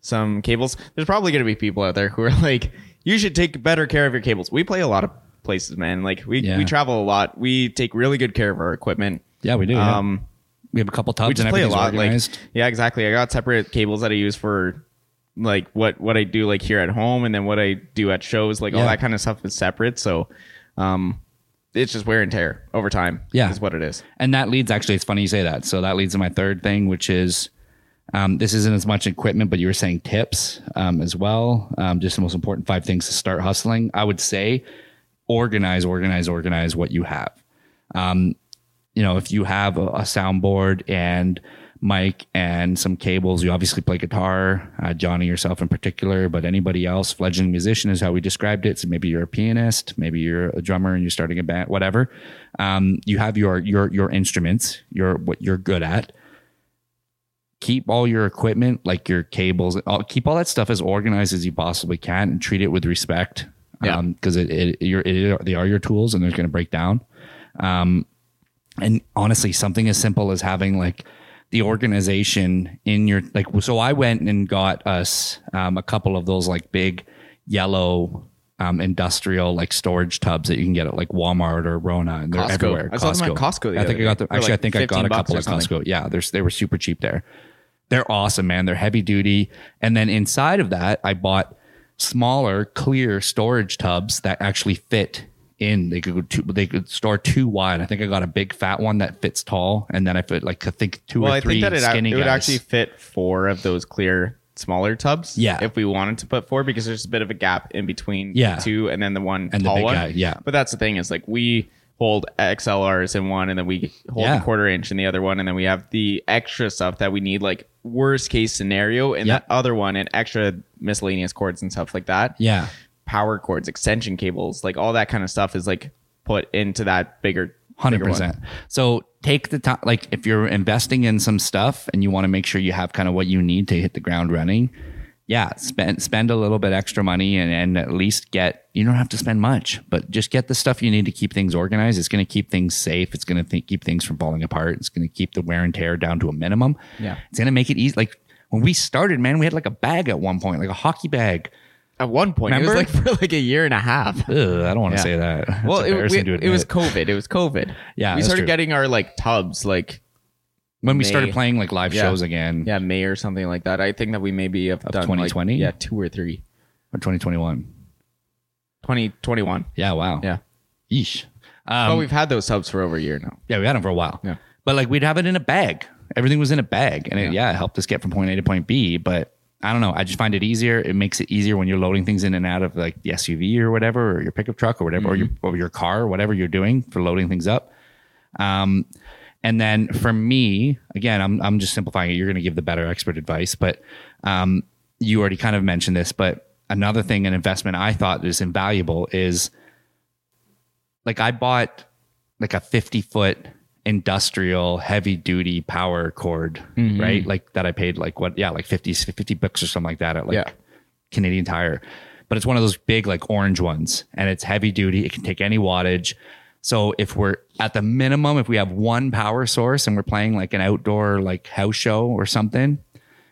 some cables. There's probably gonna be people out there who are like, you should take better care of your cables. We play a lot of places, man. Like we Yeah. we travel a lot. We take really good care of our equipment. Yeah, we do. yeah. Um we have a couple tubs we just and play a everything's lot. organized. Like, yeah, exactly. I got separate cables that I use for like what what I do like here at home, and then what I do at shows. Like Yeah. all that kind of stuff is separate. So, um, it's just wear and tear over time. Yeah. is what it is. And that leads actually, it's funny you say that. So that leads to my third thing, which is um, this isn't as much equipment, but you were saying tips um, as well. Um, just the most important five things to start hustling. I would say organize, organize, organize what you have. Um, you know, if you have a, a soundboard and mic and some cables, you obviously play guitar, uh, Johnny yourself in particular, but anybody else, fledgling musician is how we described it. So maybe you're a pianist, maybe you're a drummer and you're starting a band, whatever. Um, you have your your your instruments, your what you're good at. Keep all your equipment, like your cables, all, keep all that stuff as organized as you possibly can, and treat it with respect. Yeah. because it, it, you're, it they are your tools, and they're going to break down Um, and honestly something as simple as having like the organization in your like so i went and got us um, a couple of those like big yellow um, industrial like storage tubs that you can get at like walmart or rona and they're Costco. everywhere I saw them at Costco the i think other i got day. them They're actually like i think i got 15 a bucks couple or at something. costco yeah there's they were super cheap there they're awesome man they're heavy duty and then inside of that i bought smaller clear storage tubs that actually fit in they could go two they could store two wide i think i got a big fat one that fits tall and then i fit like i think two Well, or I three think that it, ac- skinny it would guys. actually fit four of those clear smaller tubs. Yeah. if we wanted to put four, because there's a bit of a gap in between the Yeah. two, and then the one And the tall big one. guy, yeah. but that's the thing is like we hold XLRs in one, and then we hold Yeah. the quarter inch in the other one, and then we have the extra stuff that we need like worst case scenario in Yeah. that other one, and extra miscellaneous cords and stuff like that. yeah power cords, extension cables, like all that kind of stuff is like put into that bigger. Hundred bigger one. percent. So take the time. Like if you're investing in some stuff and you want to make sure you have kind of what you need to hit the ground running, yeah, spend spend a little bit extra money and and at least get. You don't have to spend much, but just get the stuff you need to keep things organized. It's going to keep things safe. It's going to th- keep things from falling apart. It's going to keep the wear and tear down to a minimum. Yeah. it's going to make it easy. Like when we started, man, we had like a bag at one point, like a hockey bag. At one point, it Remember? was like for like a year and a half. Ugh, I don't want to Yeah. say that. That's well, it, embarrassing we- to it was admit. COVID. It was COVID. Yeah, we that's started true. getting our like tubs, like when we May. started playing like live Yeah. shows again. yeah, May or something like that. I think that we maybe have done like, 2020? yeah, two or three. or 2021. 2021. Yeah, wow. Yeah, Oh, Yeesh. but Um, we've had those tubs for over a year now. yeah, we had them for a while. Yeah. But like we'd have it in a bag. Everything was in a bag. And it, Yeah. yeah, it helped us get from point A to point B. But I don't know. I just find it easier. It makes it easier when you're loading things in and out of like the SUV or whatever, or your pickup truck or whatever, or, your, Mm-hmm. or your car, or whatever you're doing for loading things up. Um, and then for me, again, I'm I'm just simplifying it. You're going to give the better expert advice, but um, you already kind of mentioned this. But another thing, an investment I thought is invaluable is like I bought like a 50 foot industrial heavy duty power cord, right? Like that I paid like what? Yeah, like 50, 50 bucks or something like that at like Yeah. Canadian Tire. But it's one of those big like orange ones and it's heavy duty. It can take any wattage. So if we're at the minimum, if we have one power source and we're playing like an outdoor like house show or something,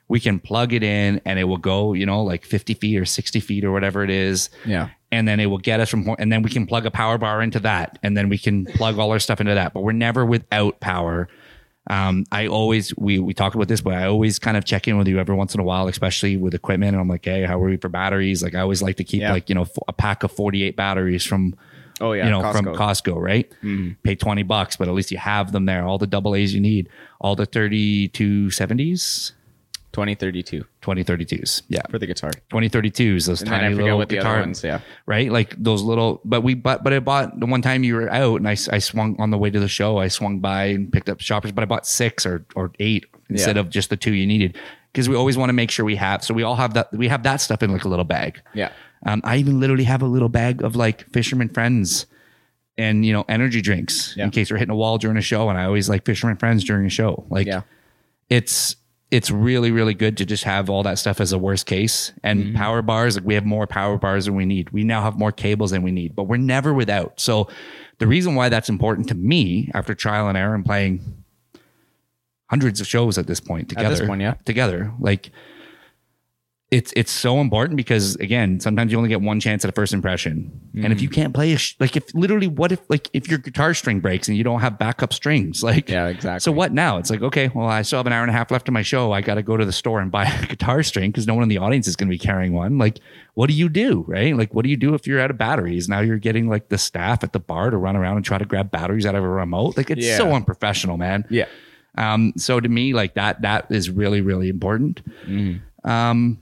we can plug it in and it will go, you know, like 50 feet or 60 feet or whatever it is Yeah. and then it will get us from point and then we can plug a power bar into that and then we can plug all our stuff into that but we're never without power um, I always we we talk about this, but I always kind of check in with you every once in a while, especially with equipment. And I'm like, hey, how are we for batteries? Like I always like to keep Yeah. like you know f- a pack of 48 batteries from Oh, yeah, you know from Costco. Mm-hmm. Costco, right? Pay 20 bucks, but at least you have them there. All the double A's you need, all the 3270s, 2032 2032s, yeah, for the guitar. 2032s, those And then I tiny forget little what the other guitar ones, yeah. right? Like those little. But we but but I bought the one time you were out, and I s- I swung on the way to the show. I swung by and picked up shoppers, but I bought six or or eight instead Yeah. of just the two you needed because we always want to make sure we have. So we all have that. We have that stuff in like a little bag. Yeah. Um, I even literally have a little bag of like Fisherman Friends and you know energy drinks Yeah. in case we're hitting a wall during a show. And I always like Fisherman Friends during a show. Like Yeah. it's it's really really good to just have all that stuff as a worst case and Mm-hmm. power bars like we have more power bars than we need we now have more cables than we need but we're never without so the reason why that's important to me after trial and error and playing hundreds of shows at this point together. this point, yeah. Together. Like it's it's so important because again, sometimes you only get one chance at a first impression. And Mm. if you can't play a sh- like if literally what if like if your guitar string breaks and you don't have backup strings, like Yeah, exactly. So what now? It's like, okay, well, I still have an hour and a half left of my show. I got to go to the store and buy a guitar string because no one in the audience is going to be carrying one. Like, what do you do, right? Like, what do you do if you're out of batteries? Now you're getting like the staff at the bar to run around and try to grab batteries out of a remote. Like, it's Yeah. so unprofessional, man. Yeah. Um, so to me, like that, that is really, really important. Um,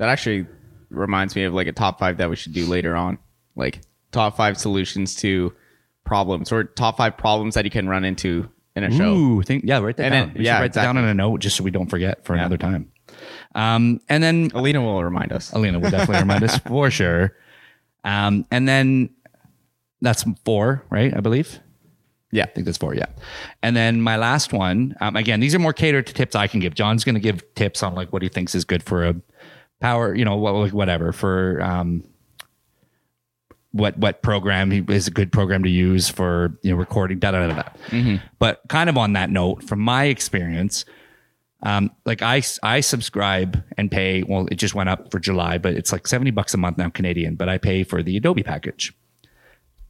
That actually reminds me of like a top five that we should do later on. Like top five solutions to problems or top five problems that you can run into in a show. Ooh, think yeah, write that And down. then- we yeah, should write that down exactly. in a note just so we don't forget for another time. Um, and then Alina will remind us. Alina will definitely remind us for sure. Um, and then that's four, right? I believe. Yeah. I think that's four. Yeah. And then my last one, um, again, these are more catered to tips I can give. John's going to give tips on like what he thinks is good for a power, you know, what, like whatever for, um, what what program he- is a good program to use for you know recording da da da da. da. But kind of on that note, from my experience, um, like I I subscribe and pay. Well, it just went up for July, but it's like seventy bucks a month now Canadian. But I pay for the Adobe package.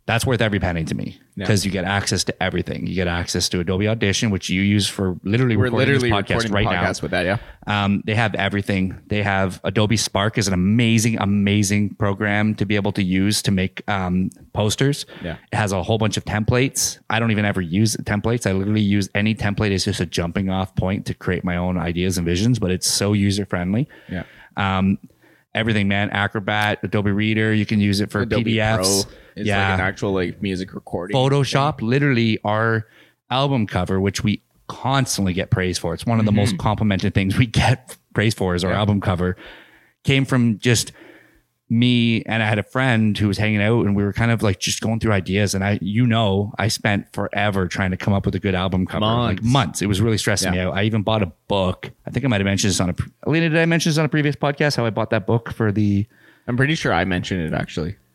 That's worth every penny to me because you get access to everything. You get access to Adobe Audition, which you use for literally We're recording literally this podcast recording right the now. podcast with that. Yeah. Um, they have everything. They have Adobe Spark is an amazing, amazing program to be able to use to make um, posters. Yeah. It has a whole bunch of templates. I don't even ever use templates. I literally use any template as just a jumping off point to create my own ideas and visions, but it's so user friendly. Yeah. Um, everything, man. Acrobat, Adobe Reader, you can use it for Adobe PDFs. Pro is like an actual like music recording. Photoshop, literally our album cover, which we constantly get praise for. It's one of the most Mm-hmm. complimented things we get praise for is our album cover. Came from just me and I had a friend who was hanging out and we were kind of like just going through ideas and I you know I spent forever trying to come up with a good album cover Months. like months it was really stressing me out I even bought a book I think I might have mentioned this on a pre- Alina did I mention this on a previous podcast how I bought that book for the I'm pretty sure I mentioned it actually.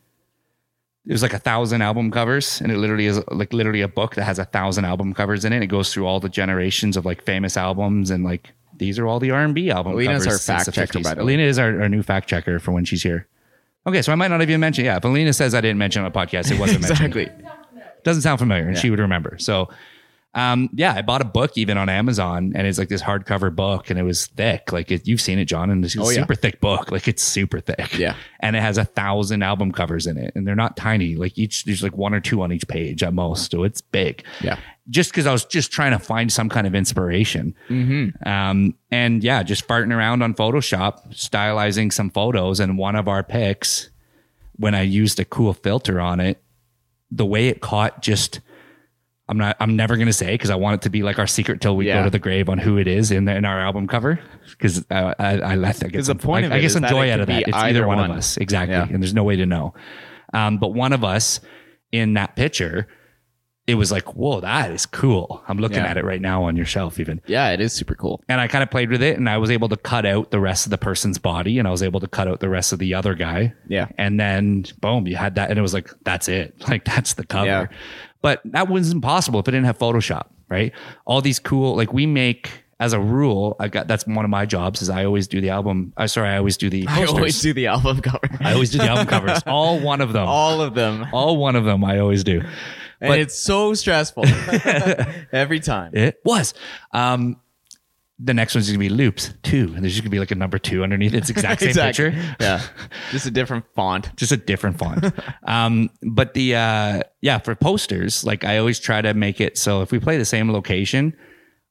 it was like a thousand album covers and it literally is like literally a book that has a thousand album covers in it it goes through all the generations of like famous albums and like these are all the r&b album Alina's covers our since the fact checker, 50s. by the way. alina is our, our new fact checker for when she's here okay so i might not have even mentioned yeah if alina says i didn't mention it on a podcast it wasn't mentioned Exactly. doesn't sound familiar and she would remember so um, yeah i bought a book even on amazon and it's like this hardcover book and it was thick like it, you've seen it john and it's a Oh, yeah. super thick book like it's super thick Yeah. and it has a thousand album covers in it and they're not tiny like each there's like one or two on each page at most so it's big Yeah. just because i was just trying to find some kind of inspiration Mm-hmm. um, and yeah just farting around on photoshop stylizing some photos and one of our pics when i used a cool filter on it the way it caught just I'm not. I'm never gonna say because I want it to be like our secret till we Yeah. go to the grave on who it is in the, in our album cover. Because I, I, I let that get the some- point I, of I it get is some that joy it out of could that. be It's either either one, one. of us exactly, Yeah. and there's no way to know. Um, but one of us in that picture, it was like, whoa, that is cool. I'm looking Yeah. at it right now on your shelf, even Yeah. It is super cool. and I kind of played with it and I was able to cut out the rest of the person's body and I was able to cut out the rest of the other guy. Yeah. And then boom, you had that and it was like, that's it. Like that's the cover. Yeah. But that was impossible if I didn't have Photoshop, right? All these cool, like we make as a rule, I got that's one of my jobs is I always do the album. I sorry, I always do the I posters. always do the album cover. I always do the album covers. All one of them. All, All of them. one of them I always do. And it's so stressful every time. It was. Um, the next one's gonna be loops two, and there's just gonna be like a number two underneath. It's the exact same Exactly. picture. Yeah. Just a different font. just a different font. um, but the uh, yeah, for posters, like I always try to make it so if we play the same location,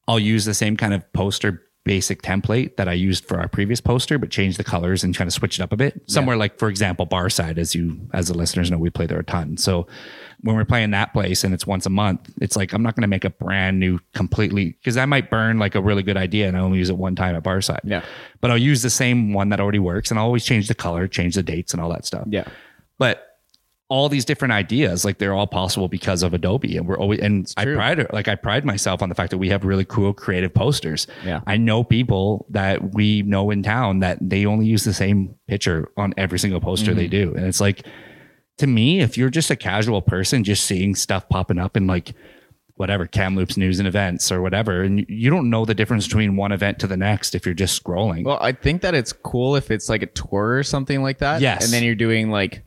I'll use the same kind of poster basic template that I used for our previous poster, but change the colors and kind of switch it up a bit. Somewhere like, for example, Bar Side, as you as the listeners know, we play there a ton. So when we're playing that place and it's once a month, it's like I'm not gonna make a brand new completely because I might burn like a really good idea and I only use it one time at Bar Side. Yeah. But I'll use the same one that already works and I'll always change the color, change the dates and all that stuff Yeah. but all these different ideas like they're all possible because of adobe and we're always and i true. pride like i pride myself on the fact that we have really cool creative posters Yeah. i know people that we know in town that they only use the same picture on every single poster they Mm-hmm. do and it's like to me if you're just a casual person just seeing stuff popping up and like whatever Kamloops news and events or whatever, and you- you don't know the difference between one event to the next if you're just scrolling. Well, I think that it's cool if it's like a tour or something like that. Yes. And then you're doing like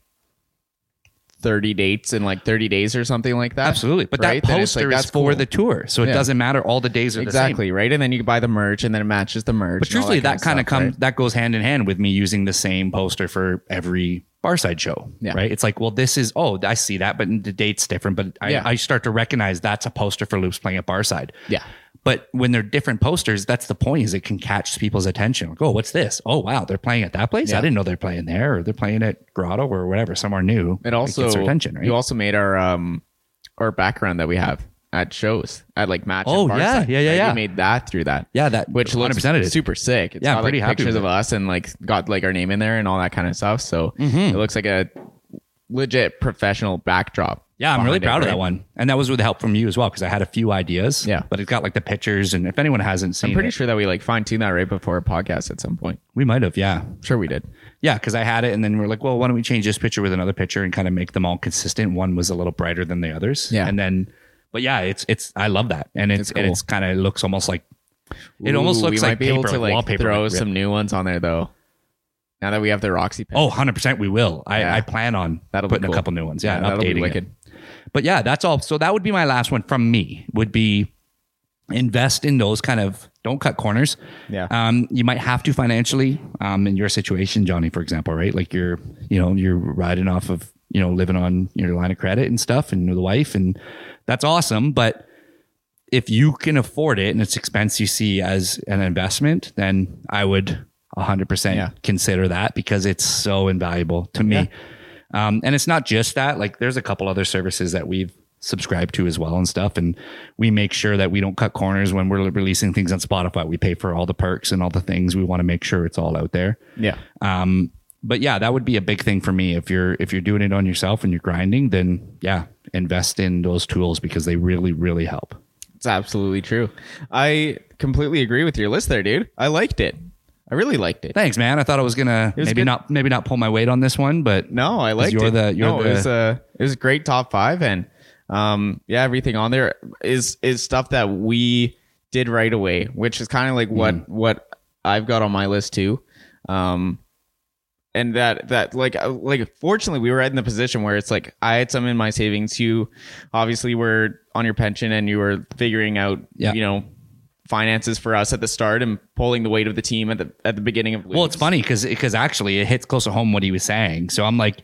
30 dates in like 30 days or something like that. Absolutely, but Right? that Then it's poster like, is that's for cool. the tour, so it Yeah. doesn't matter. All the days are the same. Exactly. Right. And then you can buy the merch and then it matches the merch. But and all usually that kind of stuff, comes right? that goes hand in hand with me using the same poster for every barside show. Yeah. Right. It's like, well, this is oh, I see that, but the date's different. But I, Yeah. I start to recognize that's a poster for loops playing at barside. Yeah. But when they're different posters, that's the point is it can catch people's attention. Like, oh, what's this? Oh wow, they're playing at that place. Yeah. I didn't know they're playing there, or they're playing at Grotto or whatever, somewhere new. It also gets their attention, right? You also made our um our background that we have at shows at like match. and Oh, bar yeah, side, yeah, yeah, right? yeah. You made that through that. yeah, that Which looks 100% it is. super sick. It's Yeah, I'm got like pretty happy pictures with of us and like got like our name in there and all that kind of stuff. So Mm-hmm. it looks like a legit professional backdrop. Yeah, I'm really proud behind it, of right? that one, and that was with the help from you as well because I had a few ideas. Yeah. but it's got like the pictures, and if anyone hasn't seen, I'm pretty it, sure that we like fine tuned that right before a podcast at some point. we might have. Yeah, Sure, we did. Yeah, because I had it, and then we are like, well, why don't we change this picture with another picture and kind of make them all consistent? One was a little brighter than the others. Yeah. and then, but yeah, it's it's I love that, and it's, It's and cool. it's kind of looks almost like it almost Ooh, looks we like might be paper, able to like wallpaper. throw like, some new ones on there though. Now that we have the Roxy pen, Oh, 100 percent, we will. I, Yeah. I plan on That'll be putting cool. a couple new ones. Yeah, and that'll be updating it. wicked. But yeah, that's all. So that would be my last one from me. Would be invest in those kind of don't cut corners. Yeah. Um, you might have to financially. Um, in your situation, Johnny, for example, right? Like you're, you know, you're riding off of, you know, living on your line of credit and stuff, and the wife, and that's awesome. But if you can afford it and it's expense you see as an investment, then I would 100% Yeah. consider that because it's so invaluable to me. Um, and it's not just that, like, there's a couple other services that we've subscribed to as well and stuff. And we make sure that we don't cut corners when we're releasing things on Spotify. We pay for all the perks and all the things. We want to make sure it's all out there. Yeah. Um, but yeah, that would be a big thing for me. If you're if you're doing it on yourself and you're grinding, then yeah, invest in those tools because they really, really help. It's absolutely true. I completely agree with your list there, dude. I liked it. I really liked it. Thanks, man. I thought I was gonna was maybe good. not maybe not pull my weight on this one, but No, I liked you're it. the- you're no, it was the- a it was a great top five, and um, yeah, everything on there is is stuff that we did right away, which is kind of like what Mm. what I've got on my list too. Um, and that that like uh, like fortunately we were in the position where it's like I had some in my savings. You obviously were on your pension and you were figuring out Yeah. you know finances for us at the start and pulling the weight of the team at the at the beginning of well, it's leagues. funny because actually it hits close to home what he was saying. So I'm like,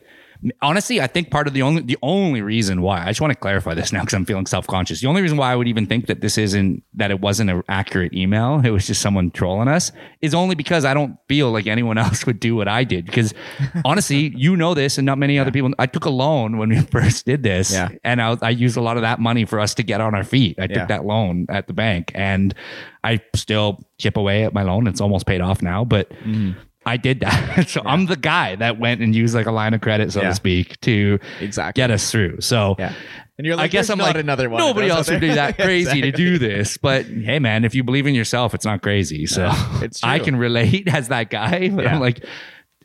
honestly, I think part of the only the only reason why I just want to clarify this now because I'm feeling self conscious. The only reason why I would even think that this isn't that it wasn't an accurate email, it was just someone trolling us, is only because I don't feel like anyone else would do what I did. Because honestly, you know this, and not many other people. I took a loan when we first did this, Yeah. and I, I used a lot of that money for us to get on our feet. I Yeah. took that loan at the bank, and I still chip away at my loan. It's almost paid off now, but. Mm-hmm. I did that. so I'm the guy that went and used like a line of credit, so Yeah. to speak, to Exactly. get us through. So Yeah. And you're I guess "There's I'm not like another one. of Nobody those else out would be there." that crazy to do this. But hey, man, if you believe in yourself, it's not crazy. So it's I true. can relate as that guy. But Yeah. I'm like,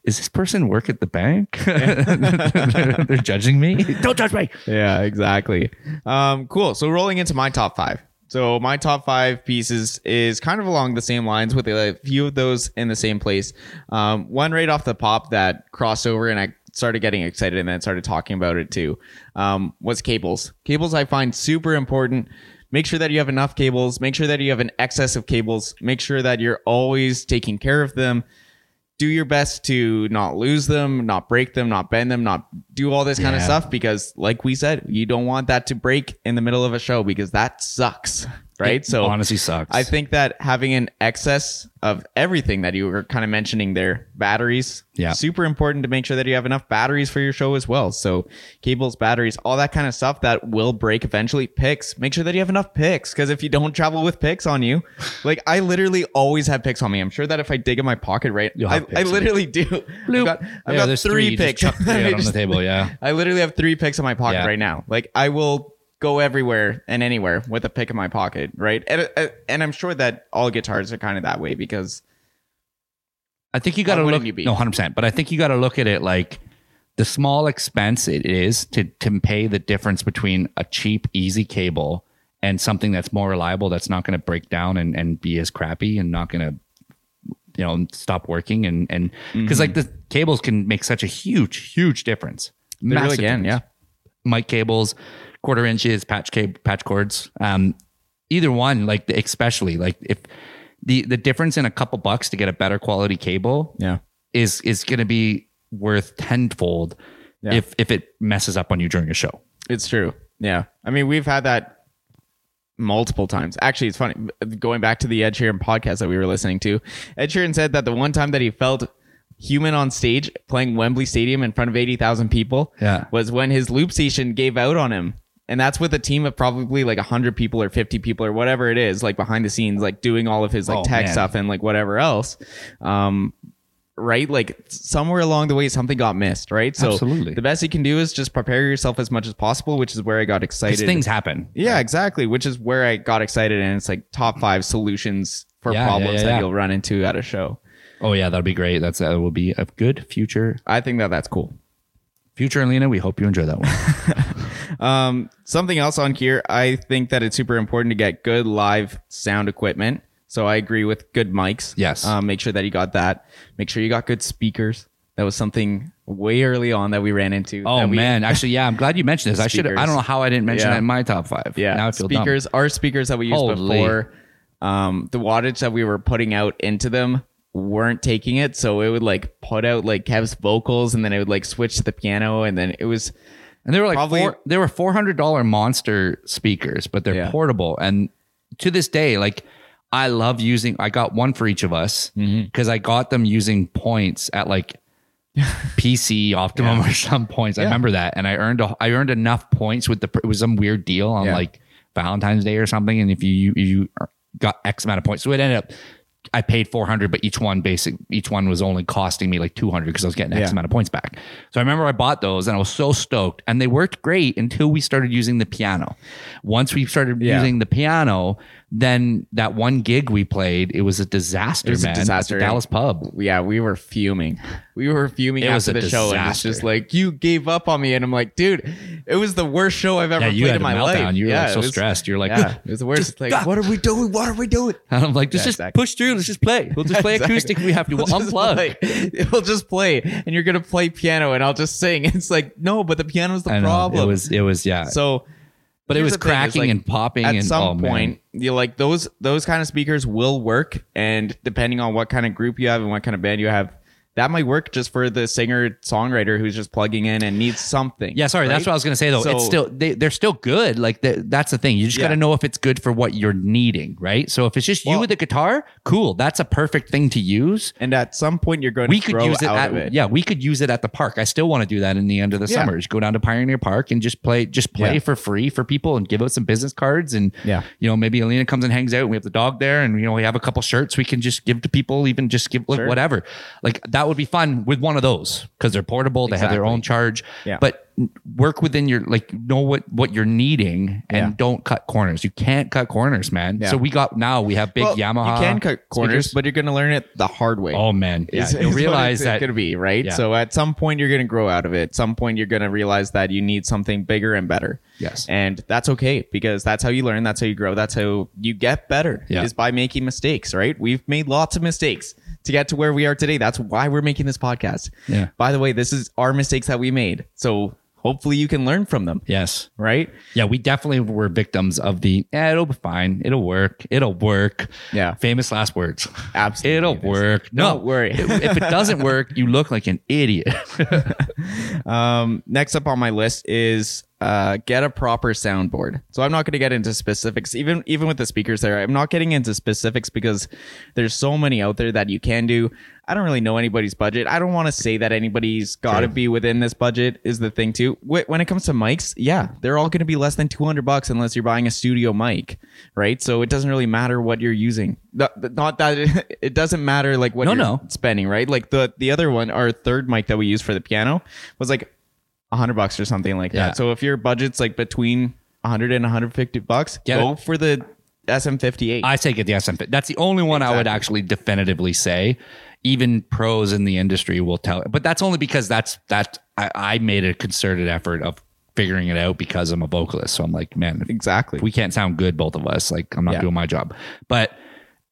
is this person work at the bank? They're judging me. Don't judge me. yeah, exactly. Um, cool. So rolling into my top five. So my top five pieces is kind of along the same lines with a few of those in the same place. Um, one right off the pop that crossed over and I started getting excited and then started talking about it too um, was cables. Cables I find super important. Make sure that you have enough cables. Make sure that you have an excess of cables. Make sure that you're always taking care of them do your best to not lose them, not break them, not bend them, not do all this kind of Yeah. stuff because like we said, you don't want that to break in the middle of a show because that sucks, right? so honestly sucks. I think that having an excess of everything that you were kind of mentioning there, batteries, Yeah. super important to make sure that you have enough batteries for your show as well. So cables, batteries, all that kind of stuff that will break eventually. Picks, make sure that you have enough picks because if you don't travel with picks on you, like I literally always have picks on me. I'm sure that if I dig in my pocket, right, You'll I, have I picks. literally do. I've got, I've Yeah, got there's three, You just picks chuck three I out on the just- table. Yeah. I literally have three picks in my pocket Yeah. right now. Like I will go everywhere and anywhere with a pick in my pocket, right? And uh, and I'm sure that all guitars are kind of that way because I think you got to wouldn't look. you be? No, hundred percent. But I think you got to look at it like the small expense it is to to pay the difference between a cheap, easy cable and something that's more reliable that's not going to break down and, and be as crappy and not going to you know stop working and and because like the cables can make such a huge huge difference They really can, difference. mic cables quarter inches patch cable patch cords um either one like the- especially like if the the difference in a couple bucks to get a better quality cable Yeah. is is going to be worth tenfold Yeah. if if it messes up on you during a show It's true. Yeah. I mean, we've had that multiple times. Actually, it's funny. Going back to the Ed Sheeran podcast that we were listening to, Ed Sheeran said that the one time that he felt human on stage playing Wembley Stadium in front of 80,000 people Yeah. was when his loop station gave out on him. And that's with a team of probably like 100 people or 50 people or whatever it is, like behind the scenes, like doing all of his like Oh, tech man. stuff and like whatever else. Um, right? Like somewhere along the way, something got missed, right? So Absolutely. the best you can do is just prepare yourself as much as possible, which is where I got excited. because things happen yeah, exactly. Which is where I got excited, and it's like top five solutions for Yeah, yeah, problems yeah, that yeah. you'll run into at a show. oh yeah that'll be great that's that will be a good future I think that that's cool. future Alina, we hope you enjoy that one. Um, something else on here, I think that it's super important to get good live sound equipment. So I agree with good mics. Yes. Um, make sure that you got that. Make sure you got good speakers. That was something way early on that we ran into. Oh that we- man, actually, yeah, I'm glad you mentioned this. I should. I Speakers. don't know how I didn't mention Yeah. that in my top five. Yeah. now I feel dumb. speakers our speakers that we used Holy. before. Um, the wattage that we were putting out into them weren't taking it, so it would like put out like Kev's vocals, and then it would like switch to the piano, and then it was And they were like Probably- four, they were four hundred dollar monster speakers, but they're Yeah. portable. And to this day, like I love using. I got one for each of us Mm-hmm. because I got them using points at like PC Optimum or some points. I remember that, and I earned a, I earned enough points with the. pr- It was some weird deal on Yeah. like Valentine's Day or something, and if you you, you got X amount of points, so it ended up. I paid 400, but each one basic, each one was only costing me like 200 because I was getting X Yeah. amount of points back. So I remember I bought those and I was so stoked and they worked great until we started using the piano. Once we started Yeah. using the piano, then that one gig we played, it was a disaster, It was a man. at the disaster, eh? yeah. Dallas pub. yeah, we were fuming. We were fuming It after was the a show, and it's just disaster. like you gave up on me, and I'm like, dude, it was the worst show I've ever Yeah, you played had in a my meltdown. life. You were yeah, like so it was- stressed. You're like, Yeah, it was the worst. It's like, what are we doing? What are we doing? and I'm like, just just exactly. push through. Let's just play. We'll just play Exactly. acoustic. if We have to we'll just unplug. play. We'll just play, and you're gonna play piano, and I'll just sing. It's like no, but the piano's the I know. problem. It was it was yeah. so, but it here's was the thing, is, cracking like, and popping at and oh, some man. point, you like those those kind of speakers will work, and depending on what kind of group you have and what kind of band you have, that might work just for the singer songwriter who's just plugging in and needs something. Yeah, sorry, that's right? what I was gonna say though. So- it's still they, they're still good. Like th- that's the thing. You just Yeah. gotta know if it's good for what you're needing, right? So if it's just Well- you with a guitar, cool. That's a perfect thing to use. And at some point, you're going We to could grow use it out at of it. yeah, we could use it at the park. I still want to do that in the end of the Yeah. summer. Just go down to Pioneer Park and just play just play Yeah. for free for people and give out some business cards and Yeah. you know maybe Alina comes and hangs out and we have the dog there and you know we have a couple shirts we can just give to people even just give like Sure. whatever like that would be fun with one of those because they're portable they have their Exactly. own charge Yeah. but n- work within your like know what what you're needing and Yeah. don't cut corners you can't cut corners man Yeah. so we got now we have big Well, Yamaha You can cut corners, speakers. but you're going to learn it the hard way. oh man yeah is- is you what realize it's that going to be right. Yeah. So at some point you're going to grow out of it. At some point you're going to realize that you need something bigger and better. Yes. and that's okay because that's how you learn. That's how you grow. That's how you get better. Yeah. is by making mistakes. Right? We've made lots of mistakes to get to where we are today. That's why we're making this podcast. Yeah. By the way, this is our mistakes that we made. So hopefully you can learn from them. yes Right? Yeah, we definitely were victims of the eh, it'll be fine, it'll work, it'll work. Yeah. Famous last words. Absolutely. It'll It is. work. No, Don't worry. if it doesn't work, you look like an idiot. Um, next up on my list is uh, get a proper soundboard. So I'm not going to get into specifics, even even with the speakers there. I'm not getting into specifics because there's so many out there that you can do. I don't really know anybody's budget. I don't want to say that anybody's got to be within this budget is the thing too. Wh- When it comes to mics, yeah, they're all going to be less than 200 bucks unless you're buying a studio mic, right? So it doesn't really matter what you're using. Th- th- Not that it, it doesn't matter like what No, you're no. spending, right? Like the the other one, our third mic that we used for the piano was like a hundred bucks or something like Yeah. that. So if your budget's like between a hundred and hundred fifty bucks, Get go for the SM fifty eight. I take it the SM50. That's the only one I would actually definitively say. Even pros in the industry will tell it. But that's only because that's that I, I made a concerted effort of figuring it out because I'm a vocalist. So I'm like, man, if Exactly. we can't sound good, both of us. Like, I'm not Yeah. doing my job. But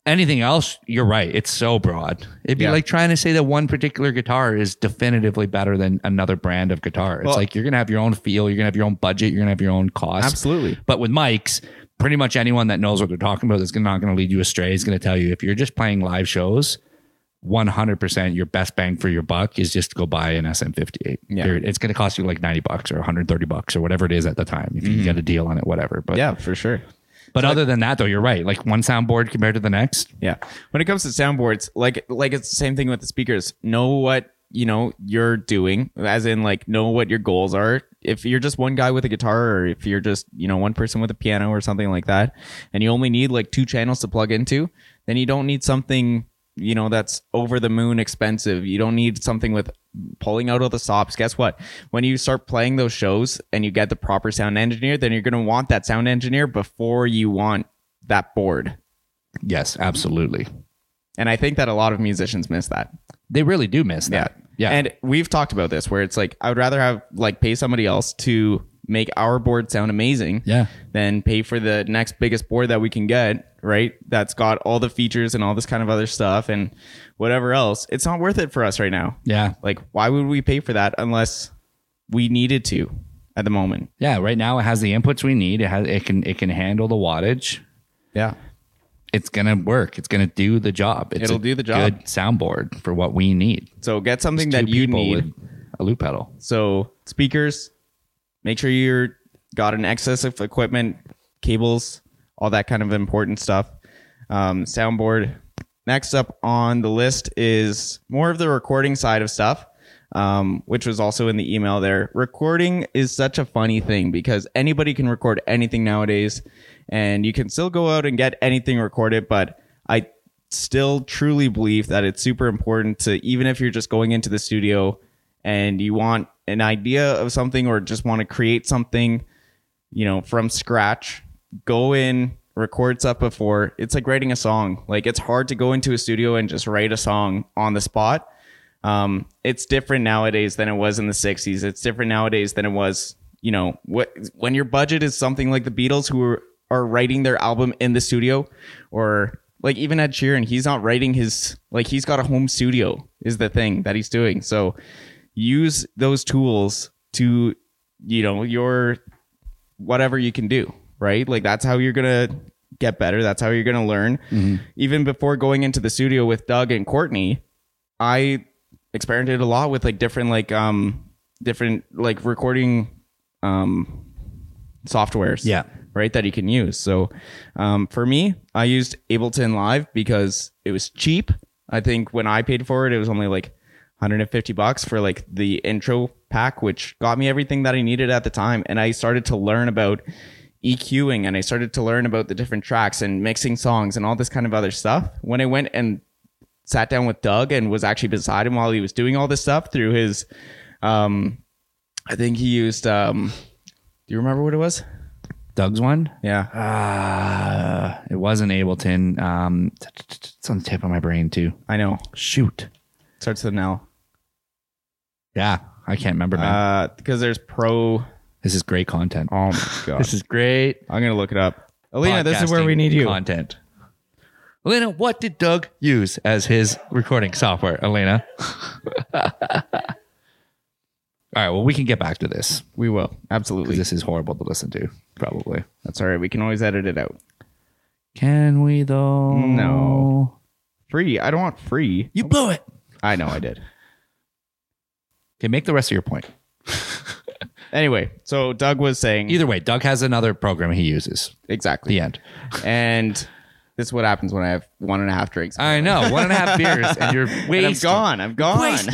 anything else, you're right. It's so broad. It'd be Yeah. like trying to say that one particular guitar is definitively better than another brand of guitar. It's Well- like you're gonna have your own feel, you're gonna have your own budget, you're gonna have your own cost. Absolutely. But with mics, pretty much anyone that knows what they're talking about is gonna- not gonna lead you astray. Is gonna tell you if you're just playing live shows. 100% your best bang for your buck is just to go buy an SM58. Yeah. Period. It's going to cost you like 90 bucks or 130 bucks or whatever it is at the time if Mm-hmm. you get a deal on it whatever. But Yeah, for sure. but other than that, though, you're right. Like one soundboard compared to the next. Yeah. When it comes to soundboards, like like it's the same thing with the speakers. Know what you know you're doing, as in like know what your goals are. If you're just one guy with a guitar, or if you're just you know one person with a piano or something like that, and you only need like two channels to plug into, then you don't need something you know that's over the moon expensive. You don't need something with pulling out all the stops. Guess what? When you start playing those shows and you get the proper sound engineer, then you're gonna want that sound engineer before you want that board. Yes, absolutely. And I think that a lot of musicians miss that. They really do miss that. Yeah. And we've talked about this where it's like I would rather have like pay somebody else to make our board sound amazing Yeah. than pay for the next biggest board that we can get, right? That's got all the features and all this kind of other stuff and whatever else. It's not worth it for us right now. yeah. Like why would we pay for that unless we needed to at the moment? Yeah. Right now it has the inputs we need. It has it can it can handle the wattage. Yeah. It's gonna work. It's gonna do the job. It's It'll a do the job. Good soundboard for what we need. So get something Two that you people need. with a loop pedal. So speakers, make sure you're got an excess of equipment, cables, all that kind of important stuff. Um, soundboard. Next up on the list is more of the recording side of stuff, um, which was also in the email there. Recording is such a funny thing because anybody can record anything nowadays, and you can still go out and get anything recorded. But I still truly believe that it's super important to even if you're just going into the studio and you want an idea of something or just want to create something, you know, from scratch, go in, record stuff before. It's like writing a song. Like it's hard to go into a studio and just write a song on the spot. Um, it's different nowadays than it was in the 60s. It's different nowadays than it was, you know, what when your budget is something like the Beatles who are, are writing their album in the studio or like even Ed Sheeran, he's not writing his like he's got a home studio is the thing that he's doing. So use those tools to you know your whatever you can do right like that's how you're gonna get better that's how you're gonna learn even before going into the studio with doug and courtney i experimented a lot with like different like um different like recording um softwares Yeah. right that you can use so um, for me i used ableton live because it was cheap i think when i paid for it it was only like 150 bucks for like the intro pack which got me everything that i needed at the time and i started to learn about eqing and i started to learn about the different tracks and mixing songs and all this kind of other stuff when i went and sat down with doug and was actually beside him while he was doing all this stuff through his um i think he used um do you remember what it was Doug's one. yeah Uh, it wasn't Ableton. Um, t- t- t- it's on the tip of my brain too. I know. Shoot. Starts with an L. Yeah, I can't remember. Man. Uh, because there's pro. this is great content. Oh my god! This is great. I'm gonna look it up. Alina, this is where we podcasting need you. Content. Elena, what did Doug use as his recording software? Elena. All right. Well, we can get back to this We will absolutely. because this is horrible to listen to. Probably. That's all right. We can always edit it out. Can we though? No. Free. I don't want free. You blew it. I know I did. Okay, make the rest of your point. Anyway, so Doug was saying Either way, Doug has another program he uses. exactly, The end. and this is what happens when I have one and a half drinks. I know. One and a half beers, and you're And wasted. I'm gone. I'm gone. Wasted.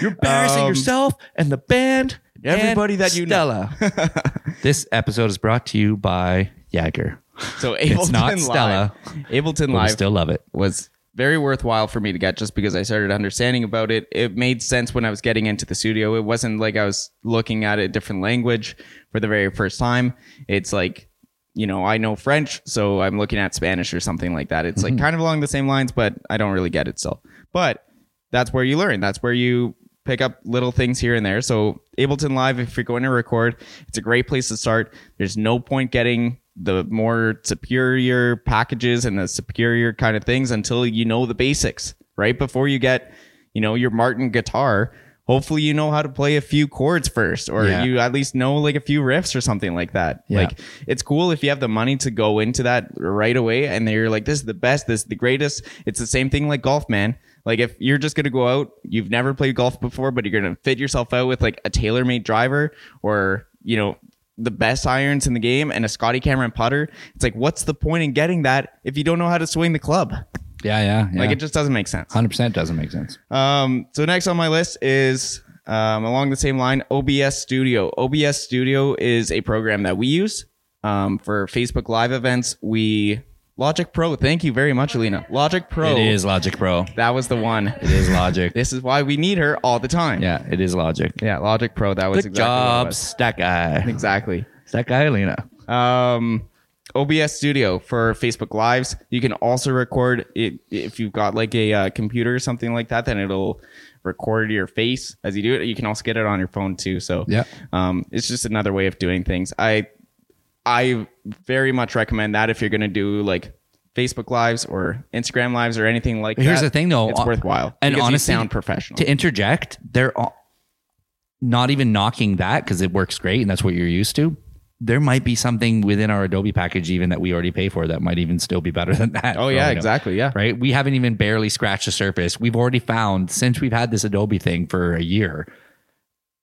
You're embarrassing Um, yourself and the band. everybody and that you know. Stella. this episode is brought to you by Jagger. so Ableton not Live. Stella. Ableton But we Live. still love it. was very worthwhile for me to get just because I started understanding about it. It made sense when I was getting into the studio. It wasn't like I was looking at a different language for the very first time. It's like, you know, I know French, so I'm looking at Spanish or something like that. It's like kind of along the same lines, but I don't really get it still. But that's where you learn. That's where you pick up little things here and there. So Ableton Live, if you're going to record, it's a great place to start. There's no point getting the more superior packages and the superior kind of things until you know the basics, right? Before you get, you know, your Martin guitar, hopefully you know how to play a few chords first or Yeah. you at least know like a few riffs or something like that. Yeah. Like it's cool if you have the money to go into that right away and then you're like this is the best, this is the greatest. It's the same thing like golf, man. Like if you're just going to go out, you've never played golf before, but you're going to fit yourself out with like a tailor-made driver or, you know, the best irons in the game and a Scotty Cameron putter. It's like what's the point in getting that if you don't know how to swing the club? Yeah, yeah, yeah. Like it just doesn't make sense. 100% doesn't make sense. Um, so next on my list is um, along the same line, OBS Studio. OBS Studio is a program that we use um, for Facebook Live events. We Logic Pro. Thank you very much, Alina. Logic Pro. It is Logic Pro. That was the one. It is Logic. This is why we need her all the time. yeah, it is Logic. Yeah. Logic Pro. That was Good exactly what it was. jobs, that guy. Exactly. That guy, Alina. um, OBS Studio for Facebook Lives. You can also record it if you've got like a uh, computer or something like that. Then it'll record your face as you do it. You can also get it on your phone too. So Yeah. um, it's just another way of doing things. I I very much recommend that if you're going to do like Facebook Lives or Instagram Lives or anything like Here's that. the thing, though, it's uh, worthwhile and because you honestly, sound professional. To interject, they're all, not even knocking that because it works great and that's what you're used to. There might be something within our Adobe package even that we already pay for that might even still be better than that. for oh all yeah, we know. exactly. Yeah, Right? We haven't even barely scratched the surface. We've already found since we've had this Adobe thing for a year,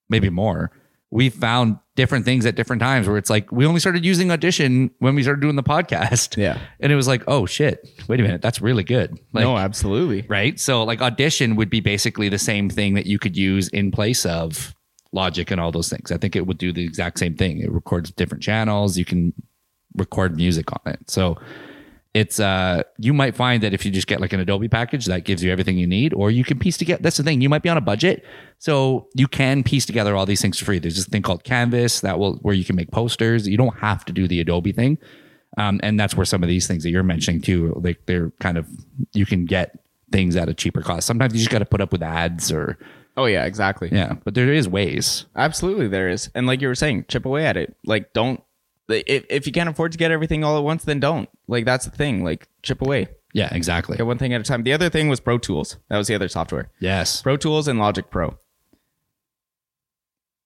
maybe more. We've found different things at different times where it's like we only started using Audition when we started doing the podcast. Yeah. And it was like, oh shit, wait a minute, that's really good. Like, no, absolutely. right? So like audition would be basically the same thing that you could use in place of logic and all those things. I think it would do the exact same thing. It records different channels. You can record music on it. So it's uh you might find that if you just get like an Adobe package that gives you everything you need, or you can piece together that's the thing. You might be on a budget. So you can piece together all these things for free. There's this thing called Canvas that will where you can make posters. You don't have to do the Adobe thing. Um, and that's where some of these things that you're mentioning too, like they're kind of you can get things at a cheaper cost. Sometimes you just got to put up with ads or Oh yeah, exactly. yeah, but there is ways. Absolutely, there is, and like you were saying, chip away at it. Like, don't if if you can't afford to get everything all at once, then don't. Like that's the thing. Like, chip away, Yeah, exactly. get one thing at a time. The other thing was Pro Tools. That was the other software. Yes, Pro Tools and Logic Pro.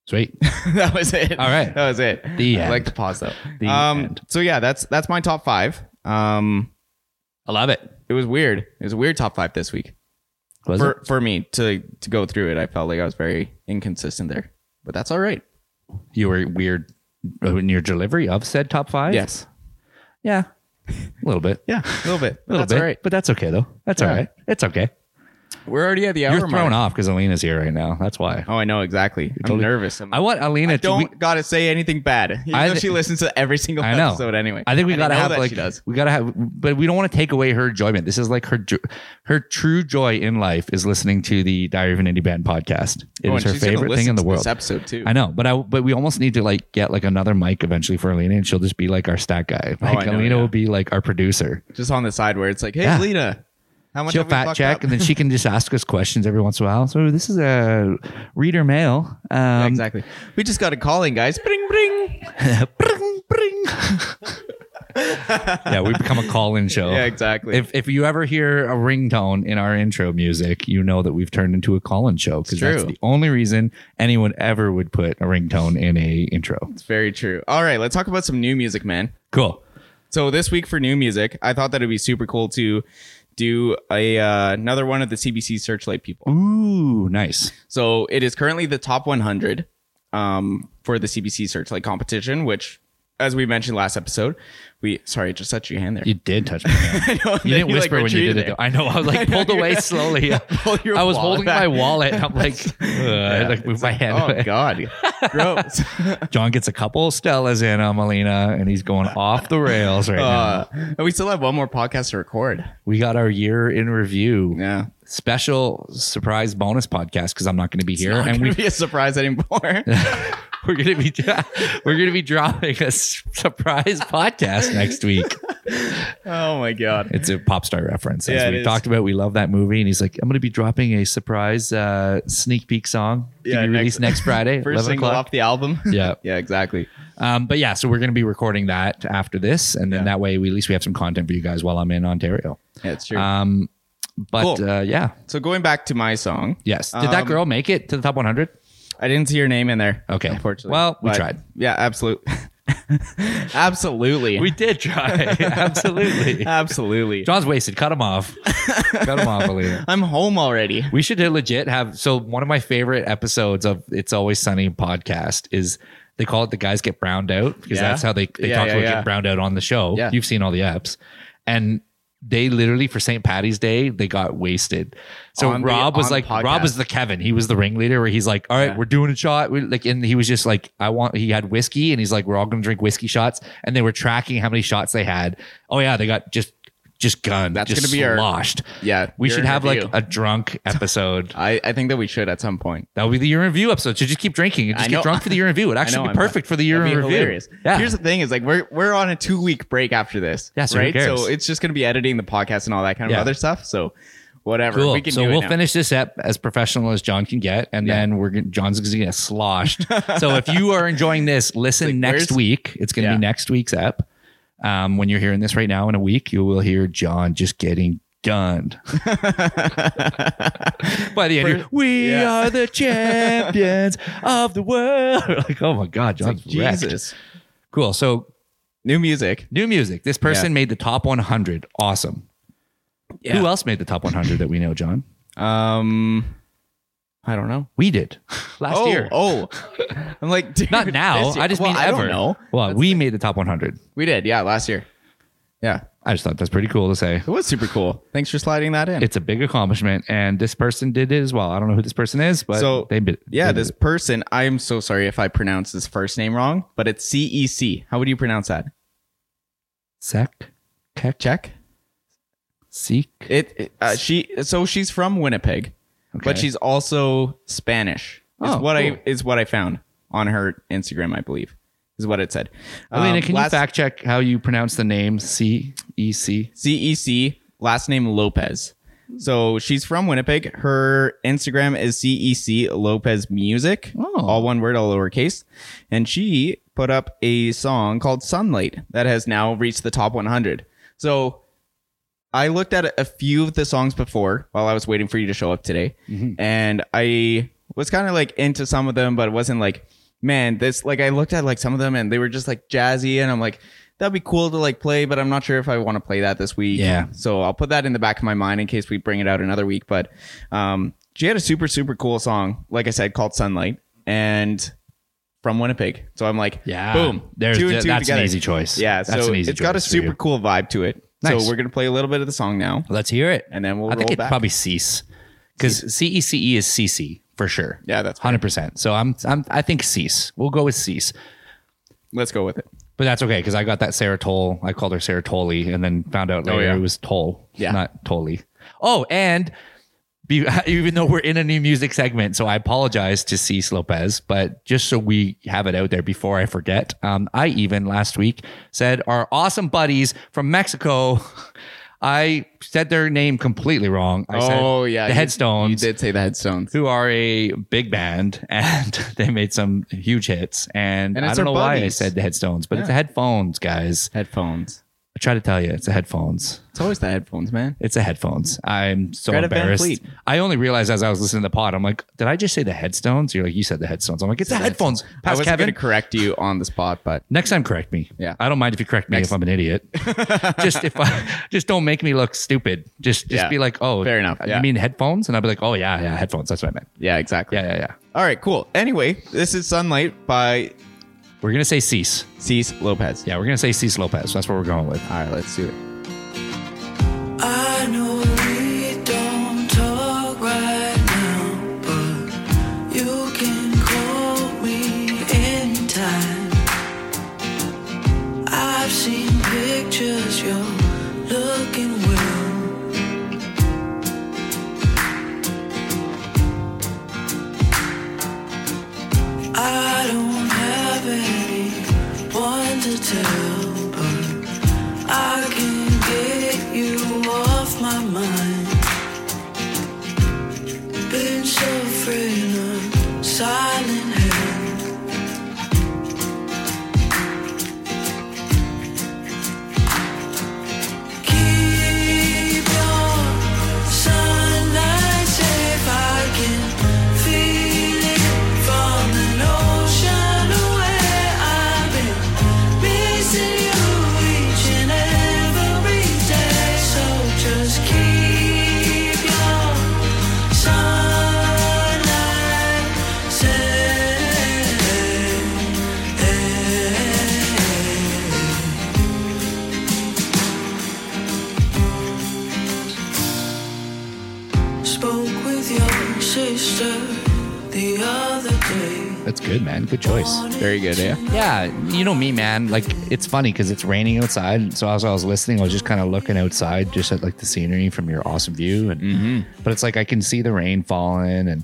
sweet. that was it. All right. that was it. The I end. like to pause though. The um, end. So yeah, that's that's my top five. Um, I love it. it was weird. It was a weird top five this week Was for it? for me to to go through it. I felt like I was very inconsistent there, but that's all right. You were weird uh, in your delivery of said top five. Yes. Yeah. A little bit. Yeah, a little bit. A little that's bit. all right. But that's okay though. That's Yeah. all right. It's okay. We're already at the hour You're mark. thrown off because Alina's here right now. That's why. Oh, I know exactly. I'm totally- nervous. I'm, I want Alina to. we- don't gotta say anything bad. Even I though th- she listens to every single I know. episode anyway. I think we And gotta know have that like she does. we gotta have, but we don't want to take away her enjoyment. This is like her jo- her true joy in life is listening to the Diary of an Indie Band podcast. It is Oh, and her she's gonna favorite listen thing in the to world. This episode too. I know, but I but we almost need to like get like another mic eventually for Alina, and she'll just be like our stat guy. Like Oh, I know, Alina yeah. will be like our producer. Just on the side where it's like, hey, Yeah. Lena, how much She'll have we fat fucked check, up? and then she can just ask us questions every once in a while. So this is a reader mail. Um, Oh. exactly. We just got a calling, guys. Bring, bring. Bring, bring. yeah, we become a call-in show. Yeah, exactly. If if you ever hear a ringtone in our intro music, you know that we've turned into a call-in show because It's that's true. the only reason anyone ever would put a ringtone in a intro. it's very true. All right, let's talk about some new music, man. Cool. So this week for new music, I thought that it'd be super cool to do a uh, another one of the CBC Searchlight people. Ooh, nice. So it is currently the top 100 um, for the CBC Searchlight competition, which, as we mentioned last episode, we sorry, just touched your hand there. You did touch my hand. You didn't whisper when you did it. Though. I know. I was like pulled away slowly. Pull your I was wallet holding back. my wallet. And I'm like, ugh, I had to, like move my hand. Oh away. God, gross. John gets a couple Stellas in on Melina, and he's going off the rails right now. Uh, and we still have one more podcast to record. We got our year in review. Yeah, special surprise bonus podcast because I'm not going to be here, not and gonna we be a surprise anymore. we're going to be we're going to be dropping a s- surprise podcast next week. Oh my god. It's a pop star reference. As Yeah, it we is. talked about, we love that movie. And he's like, I'm going to be dropping a surprise uh, sneak peek song to Yeah, be next- released next Friday. First 11 single o'clock. off the album. Yeah. yeah, exactly. Um, but yeah, so we're going to be recording that after this. And then Yeah. that way, we, at least we have some content for you guys while I'm in Ontario. Yeah, it's true. Um, but Cool. uh, yeah, so going back to my song. yes. Did that Um, girl make it to the top 100? I didn't see your name in there. Okay. Unfortunately. Well, we tried. Yeah, absolutely. absolutely. did try. Absolutely. absolutely. John's wasted. Cut him off. Cut him off, Alina. I'm home already. We should legit have. So one of my favorite episodes of It's Always Sunny podcast is they call it the guys get browned out because Yeah. that's how they they Yeah, talk yeah, about yeah. getting browned out on the show. Yeah. You've seen all the apps, and they literally for St. Patty's Day they got wasted. So On the- Rob on was the like Rob podcast. was the Kevin. He was the ringleader where he's like, all right, Yeah. we're doing a shot. We, like, and he was just like, I want. He had whiskey and he's like, we're all gonna drink whiskey shots. And they were tracking how many shots they had. Oh yeah, they got just just gunned. That's just gonna be our- sloshed. Yeah. We your should have like interview. a drunk episode. I, I think that we should at some point. That would be the year in review episode. So just keep drinking and I just know. get drunk for the year in review. It'd I actually know be I'm- perfect for the year That'd in be review. hilarious. Yeah. Here's the thing is like we're we're on a two week break after this. Yeah, so who right. cares? So it's just gonna be editing the podcast and all that kind of Yeah. other stuff. So whatever. cool. We can so do it we'll now. finish this up as professional as John can get, and Yeah. then we're gonna, John's going to get sloshed. so if you are enjoying this, listen Like, next where's- week. It's going to Yeah. be next week's app. Um, when you're hearing this right now in a week, you will hear John just getting gunned. By the end, you're, we yeah. are the champions of the world. like, oh my God, John's wrecked. Jesus. Cool. So New music. New music. This person Yeah. made the top 100. Awesome. Yeah. Who else made the top 100 that we know, John? Um I don't know. We did last oh, year. oh. I'm like dude, Not now. this year- I just well, mean I ever. don't know. Well, we made the top 100. We did, yeah, last year. Yeah. I just thought that's pretty cool to say. It was super cool. Thanks for sliding that in. It's a big accomplishment, and this person did it as well. I don't know who this person is, but so they did. yeah, they did this it. person. I am so sorry if I pronounce his first name wrong, but it's C E C. How would you pronounce that? sec, kek, Check. seek. It. it- uh, she. So she's from Winnipeg, but Okay. she's also Spanish. Is Oh, what cool. I is what I found on her Instagram, I believe, is what it said. Alina, Um, can you last- fact check how you pronounce the name C E C? CEC, last name Lopez. So she's from Winnipeg. Her Instagram is CEC Lopez Music, Oh. all one word, all lowercase. And she put up a song called Sunlight that has now reached the top 100. So I looked at a few of the songs before while I was waiting for you to show up today, Mm-hmm. and I was kind of like into some of them, but it wasn't like, man, this like I looked at like some of them and they were just like jazzy, and I'm like, that'd be cool to like play, but I'm not sure if I want to play that this week. Yeah. So I'll put that in the back of my mind in case we bring it out another week. But um, she had a super super cool song, like I said, called Sunlight, and from Winnipeg. So I'm like, Yeah. boom, There's- two and th- two that's an together. easy choice. Yeah, That's so an easy it's got a choice for you. super cool vibe to it. Nice. So we're gonna play a little bit of the song now. Let's hear it. And then we'll I think roll it'd back. probably cease because C E C E is CC for sure. Yeah, that's fair. hundred percent. So I'm, I'm I think cease. We'll go with cease, Let's go with it. but that's okay because I got that Sarah Toll. I called her Sarah Tolley, and then found out later Oh, yeah. it was Toll, Yeah. not Tolley. Oh, and be, even though we're in a new music segment, so I apologize to Cease Lopez, but just so we have it out there before I forget, um, I even last week said our awesome buddies from Mexico. I said their name completely wrong. I said oh yeah, the you- Headstones You did say the headstones, who are a big band and they made some huge hits. And, And I it's don't know our why I buddies. said the headstones, but it's Yeah. a headphones, guys. headphones. I try to tell you, it's a headphones. It's always the headphones, man. It's a headphones. I'm so Greta Van Fleet. embarrassed. I only realized as I was listening to the pod, I'm like, did I just say the headstones? You're like, you said the headstones. I'm like, it's the headphones. I Pass wasn't Kevin. going to correct you on the spot, but Next time, correct me. Yeah. I don't mind if you correct me if I'm an idiot. just if I just don't make me look stupid. Just just Yeah. be like, oh, Fair enough. Yeah. You mean headphones? And I'll be like, oh yeah, yeah, headphones. That's what I meant. yeah, exactly. Yeah, yeah, yeah. All right, cool. Anyway, this is Sunlight by We're gonna say cease. Cease Lopez. Yeah, we're gonna say Cease Lopez. That's what we're going with. All right, let's do it. I know we don't talk right now, but you can call me anytime. I've seen pictures, you're looking well. I don't have anyone to tell, but I can the other day. That's good, man. Good choice. Very good, yeah. Yeah, you know me, man. Like it's funny because it's raining outside. So as I was listening, I was just kind of looking outside, just at like the scenery from your awesome view. And but it's like I can see the rain falling, and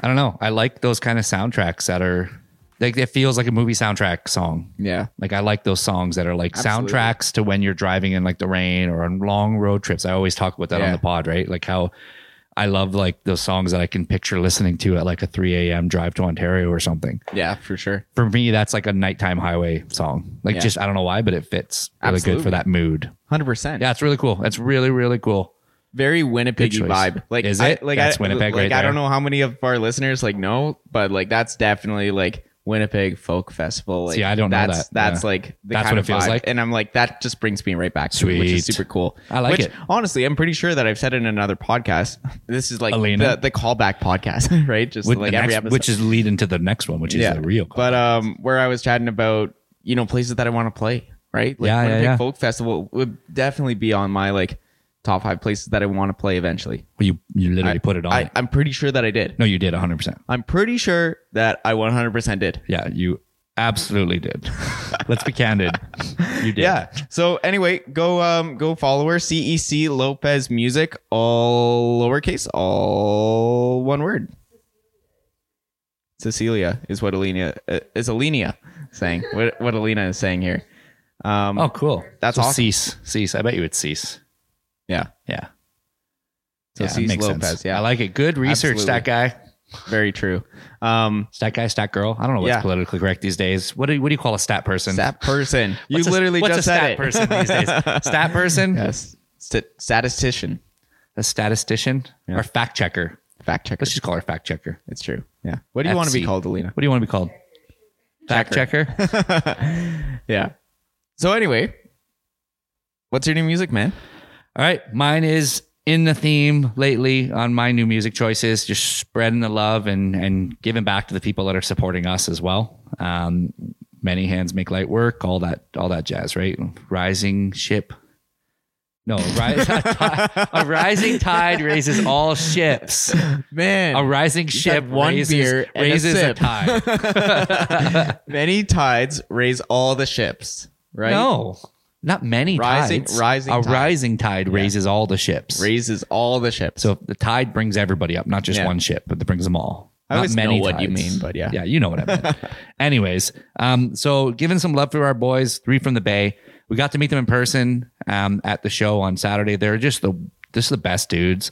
I don't know. I like those kind of soundtracks that are like it feels like a movie soundtrack song. Yeah. Like I like those songs that are like Absolutely. soundtracks to when you're driving in like the rain or on long road trips. I always talk about that on Yeah. the pod, right? Like how I love like those songs that I can picture listening to at like a 3 a.m. drive to Ontario or something Yeah, for sure. for me, that's like a nighttime highway song. Like Yeah. just I don't know why, but it fits really good for Absolutely. that mood. 100%. Yeah, it's really cool. That's really really cool. Very Winnipeg Good choice. vibe. Like Is I, it? like That's I, Winnipeg like, right I there. don't know how many of our listeners like know, but like that's definitely like Winnipeg Folk Festival. Like, See, I don't know that's, that. That's Yeah. like the That's kind what of it feels vibe. like? and I'm like that just brings me right back to it, which is Sweet. super cool. I like Which, it. Honestly, I'm pretty sure that I've said in another podcast. This is like Elena? the the callback podcast, right? Just With like the every next- episode, which is lead into the next one, which is the real. But um, where I was chatting about, you know, places that I want to play, right? Like Yeah, yeah, Winnipeg yeah. Folk Festival would definitely be on my like top five places that I want to play eventually. Well, you you literally put it on. I, it. I'm pretty sure that I did. no, you did 100. percent I'm pretty sure that I 100% did. Yeah, you absolutely did. Let's be candid. You did. Yeah. So anyway, go um go follow her CEC Lopez Music all lowercase all one word. Cecilia is what Alina uh, is Alina saying. What what Alina is saying here. Um Oh, cool. That's awesome. Cease, cease. I bet you it's cease. yeah. Yeah. So yeah, it Cease Lopez, yeah. I like it. Good research, Absolutely. that guy. Very true. Um, Stat guy, stat girl. I don't know what's Yeah. politically correct these days. What do you, what do you call a stat person? stat person. you What's a- literally what's just a said stat it. person these days. Stat person, yes. St- statistician. a statistician, or fact checker. Fact checker. Let's just call her fact checker. It's true. Yeah. What do you want to be FC. called, Alina? What do you want to be called? Fact checker. Yeah. So anyway, what's your new music, man? All right, mine is in the theme lately on my new music choices, just spreading the love and and giving back to the people that are supporting us as well. Um, many hands make light work. All that all that jazz, right? Rising ship. No, rise, a rising tide raises all ships. Man, A rising ship had one raises, beer and a raises a, sip. tide. many tides raise all the ships, right? No, not many Rising- tides. rising a tide. rising tide raises all the ships. Raises all the ships. so the tide brings everybody up, not just Yeah. one ship, but it brings them all. I Not always many know what you tides. mean, but yeah. yeah, you know what I meant. Anyways, um, so giving some love to our boys, three from the Bay. We got to meet them in person um, at the show on Saturday. They're just the just the best dudes.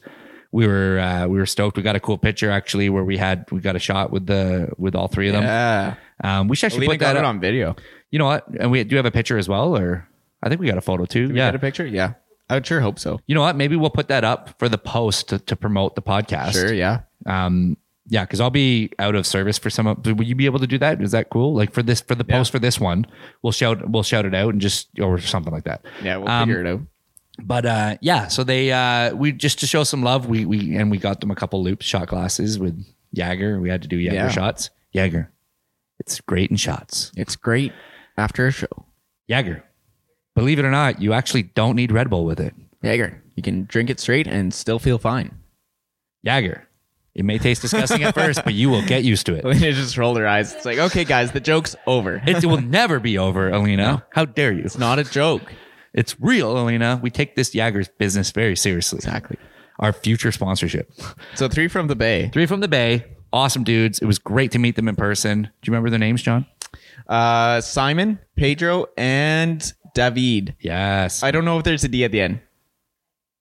We were uh, we were stoked. We got a cool picture actually where we had we got a shot with the with all three of them. yeah. Um, we should actually Alina put that got it up. on video. You know what? And we do have a picture as well, or I think we got a photo too. We yeah. got a picture? Yeah. I would sure hope so. you know what? Maybe we'll put that up for the post to, to promote the podcast. Sure, yeah. Um, yeah, because I'll be out of service for some. of- Will you be able to do that? Is that cool? Like for this, for the post for this one, we'll shout, we'll shout it out and just or something like that. Yeah, we'll Um, figure it out. But uh, yeah, so they uh, we just to show some love, we we and we got them a couple loop shot glasses with Jagger. We had to do Jagger Yeah. shots. Jagger, it's great in shots. It's great after a show. Jagger, believe it or not, you actually don't need Red Bull with it. Jaeger. You can drink it straight and still feel fine. Jagger. It may taste disgusting at first, but you will get used to it. Alina just rolled her eyes. It's like, okay, guys, the joke's over. It will never be over, Alina. How dare you? It's not a joke. It's real, Alina. We take this Jagger's business very seriously. Exactly. Our future sponsorship. So three from the bay. Three from the Bay. Awesome dudes. It was great to meet them in person. Do you remember their names, John? Uh, Simon, Pedro, and David. Yes. I don't know if there's a D at the end.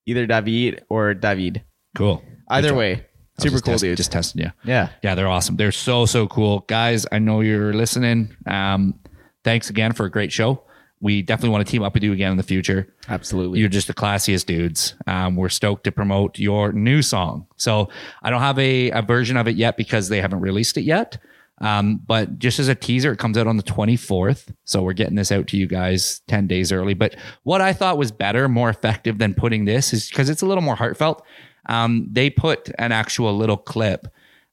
Either David or David. cool. Good Either job. way, I was super just cool test- dude. Just testing you. yeah. Yeah, they're awesome. They're so so cool, guys. I know you're listening. Um, thanks again for a great show. We definitely want to team up with you again in the future. Absolutely. You're just the classiest dudes. Um, we're stoked to promote your new song. So I don't have a, a version of it yet because they haven't released it yet. Um, but just as a teaser, it comes out on the 24th. So we're getting this out to you guys 10 days early. But what I thought was better, more effective than putting this is because it's a little more heartfelt. Um, they put an actual little clip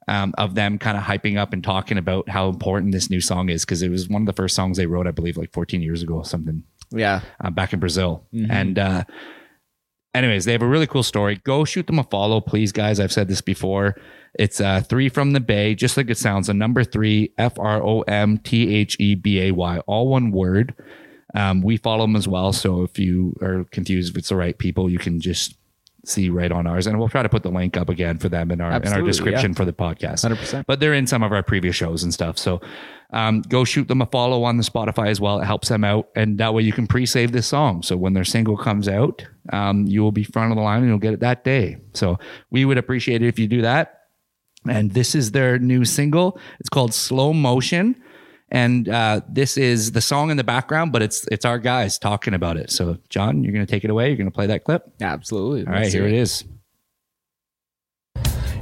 um, of them kind of hyping up and talking about how important this new song is because it was one of the first songs they wrote, I believe, like 14 years ago or something yeah. uh, back in Brazil. And uh, Anyways, they have a really cool story. Go shoot them a follow, please, guys. I've said this before. It's uh, three from the Bay, just like it sounds. The number three, F R O M T H E B A Y, all one word. Um, we follow them as well. So if you are confused if it's the right people, you can just see right on ours. And we'll try to put the link up again for them in our in Absolutely, our yeah. description for the podcast. 100%. But they're in some of our previous shows and stuff. So um, go shoot them a follow on the Spotify as well. It helps them out. And that way you can pre save this song. So when their single comes out, um, you will be front of the line and you'll get it that day. So we would appreciate it if you do that. And this is their new single. It's called Slow Motion. And uh, this is the song in the background, but it's it's our guys talking about it. So, John, you're going to take it away. You're going to play that clip. Absolutely. All right, here it is.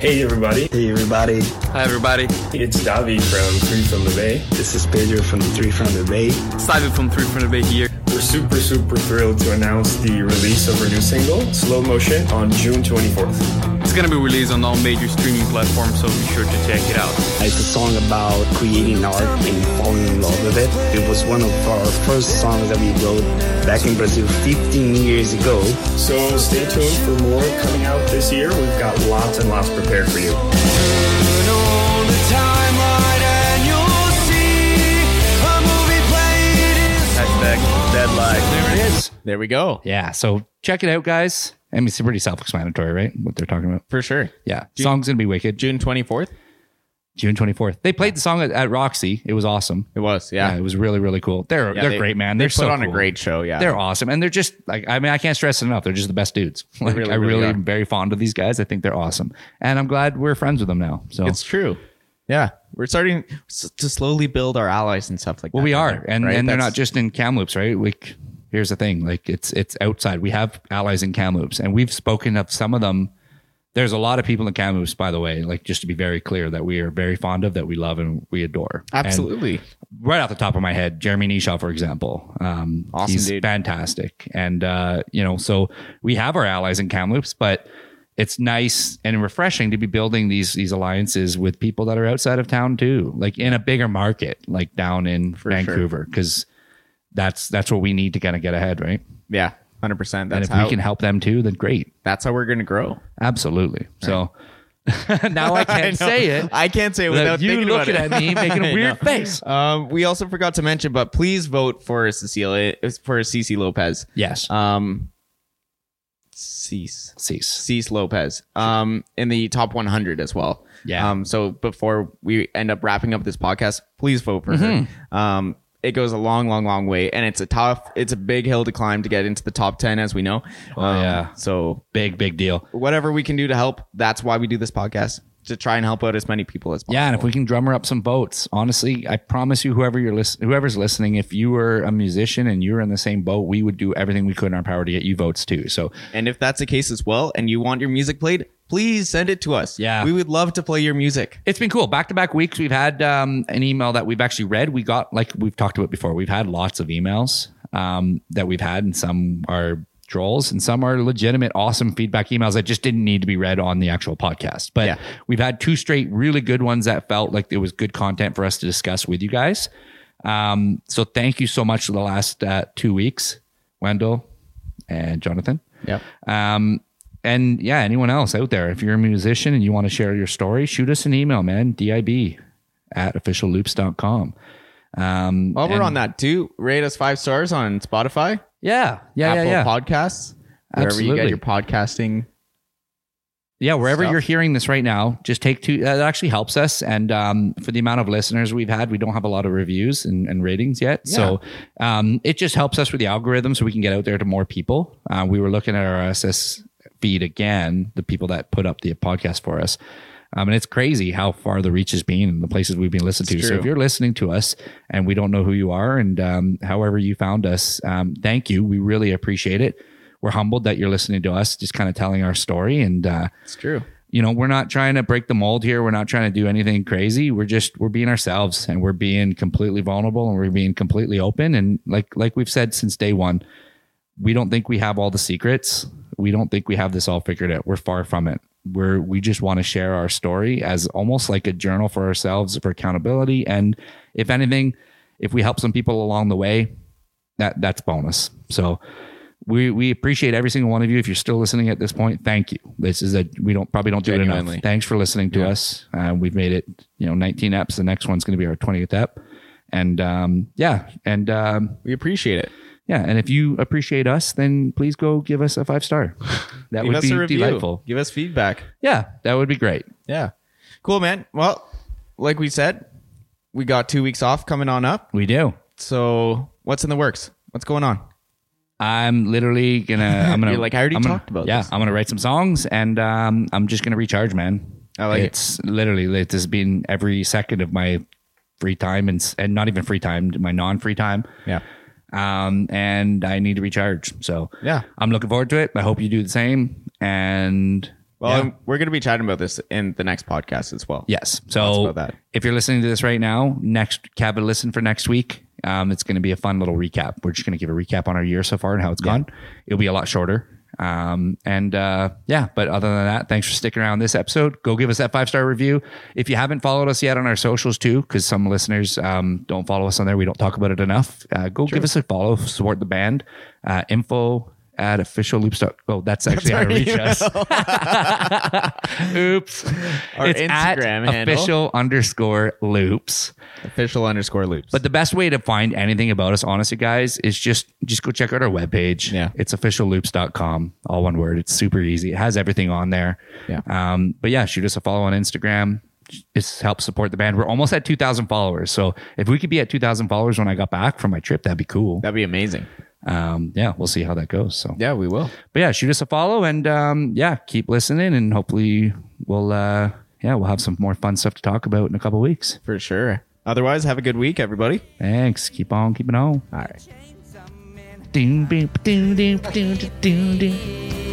Hey everybody, Hey everybody, Hi everybody, it's Davi from Three from the Bay. this is Pedro from Three from the Bay. Simon from Three Front of Bay here. We're super, super thrilled to announce the release of our new single, Slow Motion, on June 24th. It's gonna be released on all major streaming platforms, so be sure to check it out. It's a song about creating art and falling in love with it. It was one of our first songs that we wrote back in Brazil 15 years ago. So stay tuned for more coming out this year. We've got lots and lots prepared for you. Hashtag deadline. There it is. There we go. Yeah. So check it out, guys. I mean, it's pretty self explanatory, right? What they're talking about. For sure. Yeah. Song's going to be wicked. June 24th? June 24th. They played the song at, at Roxy. It was awesome. It was, Yeah. yeah. It was really, really cool. They're, Yeah, they're great, man. They're put so on a cool. great show, yeah. They're awesome. And they're just like, I mean, I can't stress it enough. They're just the best dudes. Like, really, I really really are. am very fond of these guys. I think they're awesome. And I'm glad we're friends with them now. So It's true. Yeah. We're starting s- to slowly build our allies and stuff like Well, that. we are, and right? and they're That's- not just in Kamloops, right? Like, here's the thing: like, it's it's outside. We have allies in Kamloops, and we've spoken of some of them. There's a lot of people in Kamloops, by the way. Like, just to be very clear, that we are very fond of, that we love, and we adore. And Absolutely. right off the top of my head, Jeremy Nishaw, for example, um, Awesome he's dude. fantastic, and uh, you know, so we have our allies in Kamloops, but. It's nice and refreshing to be building these these alliances with people that are outside of town too, like in a bigger market, like down in sure. Vancouver, because that's that's what we need to kind of get ahead, right? yeah. 100%. and That's if how we can help them too, then great, that's how we're going to grow. absolutely. So now I I can't know. say it I can't say it without without you thinking about looking it. at me making I a weird know. face. Um, we also forgot to mention, but please vote for Cecilia for Cece Lopez. Yes, Um, Cece cease. Cece Lopez. Um, in the top 100 as well. Yeah. Um, so before we end up wrapping up this podcast, please vote for Mm-hmm. her. Um, it goes a long, long, long way, and it's a tough, it's a big hill to climb to get into the top 10, as we know. Oh yeah. So Big big deal. whatever we can do to help, that's why we do this podcast to try and help out as many people as possible. Yeah, and if we can drummer up some votes, honestly, I promise you, whoever you're listen, whoever's listening, if you were a musician and you were in the same boat, we would do everything we could in our power to get you votes too. So And if that's the case as well, and you want your music played, please send it to us. Yeah. We would love to play your music. it's been cool. Back to back weeks, we've had um, an email that we've actually read. We got like we've talked about before. We've had lots of emails um, that we've had, and some are trolls, and some are legitimate, awesome feedback emails that just didn't need to be read on the actual podcast. But Yeah. we've had two straight really good ones that felt like it was good content for us to discuss with you guys. Um, so thank you so much for the last uh, two weeks, Wendell and Jonathan. Yep. Um, and yeah, anyone else out there, if you're a musician and you want to share your story, shoot us an email, man. DIB at officialloops.com. Um, While we're and- on that too, rate us five stars on Spotify, yeah, yeah, Apple yeah, yeah. Podcasts, wherever you Absolutely. get your podcasting. yeah, wherever stuff. you're hearing this right now, just take two. That actually helps us. And um, for the amount of listeners we've had, we don't have a lot of reviews and, and ratings yet. So um, it just helps us with the algorithm so we can get out there to more people. Uh, we were looking at our RSS feed again, the people that put up the podcast for us. Um, and it's crazy how far the reach has been and the places we've been listened to. So true. if you're listening to us and we don't know who you are and um, however you found us, um, thank you. We really appreciate it. We're humbled that you're listening to us, just kind of telling our story. And uh, It's true. you know, we're not trying to break the mold here. We're not trying to do anything crazy. We're just we're being ourselves and we're being completely vulnerable and we're being completely open. And like like we've said since day one, we don't think we have all the secrets. We don't think we have this all figured out. We're far from it. We're we just want to share our story as almost like a journal for ourselves for accountability. And if anything, if we help some people along the way, that that's bonus. So we we appreciate every single one of you. If you're still listening at this point, thank you. This is a we don't probably don't do it Genuinely. enough. Thanks for listening to us. Uh, we've made it, you know, 19 eps. The next one's going to be our 20th ep. And um, yeah, and um, We appreciate it. yeah, and if you appreciate us, then please go give us a five star. That Give would us be a review. delightful. Give us feedback. Yeah, that would be great. Yeah. Cool, man. Well, like we said, we got two weeks off coming on up. We do. So what's in the works? What's going on? I'm literally gonna. I'm gonna You're like, I already am gonna, talked about Yeah, this. I'm gonna write some songs, and um, I'm just gonna recharge, man. I like it. it's literally it has been every second of my free time and s- and not even free time, my non free time. Yeah. Um, and I need to recharge. So Yeah. I'm looking forward to it. I hope you do the same. And Well, yeah. I'm- we're going to be chatting about this in the next podcast as well. Yes. That's So about that. if you're listening to this right now, next cabin listen for next week. Um, it's going to be a fun little recap. We're just going to give a recap on our year so far and how it's gone. It'll be a lot shorter. Um, and uh, yeah, but other than that, thanks for sticking around this episode. Go give us that five star review. If you haven't followed us yet on our socials too, because some listeners um, don't follow us on there, we don't talk about it enough. Uh, go give us a follow, support the band. Uh, info at official loops. Oh, that's actually how to reach us. Oops. Our it's at Instagram handle. official underscore loops. Official underscore loops. But the best way to find anything about us, honestly, guys, is just just go check out our webpage. Yeah. It's officialloops.com. All one word. It's super easy. It has everything on there. Yeah. Um, but yeah, shoot us a follow on Instagram. It's help support the band. We're almost at 2,000 followers. So if we could be at 2,000 followers when I got back from my trip, that'd be cool. That'd be amazing. Um, yeah, we'll see how that goes. So Yeah, we will. but yeah, shoot us a follow and um, yeah, keep listening and hopefully we'll uh, yeah we'll have some more fun stuff to talk about in a couple weeks. For sure. Otherwise, have a good week, everybody. Thanks. Keep on keeping on. All right. Ding, bing, ding, ding, ding, ding, ding, ding.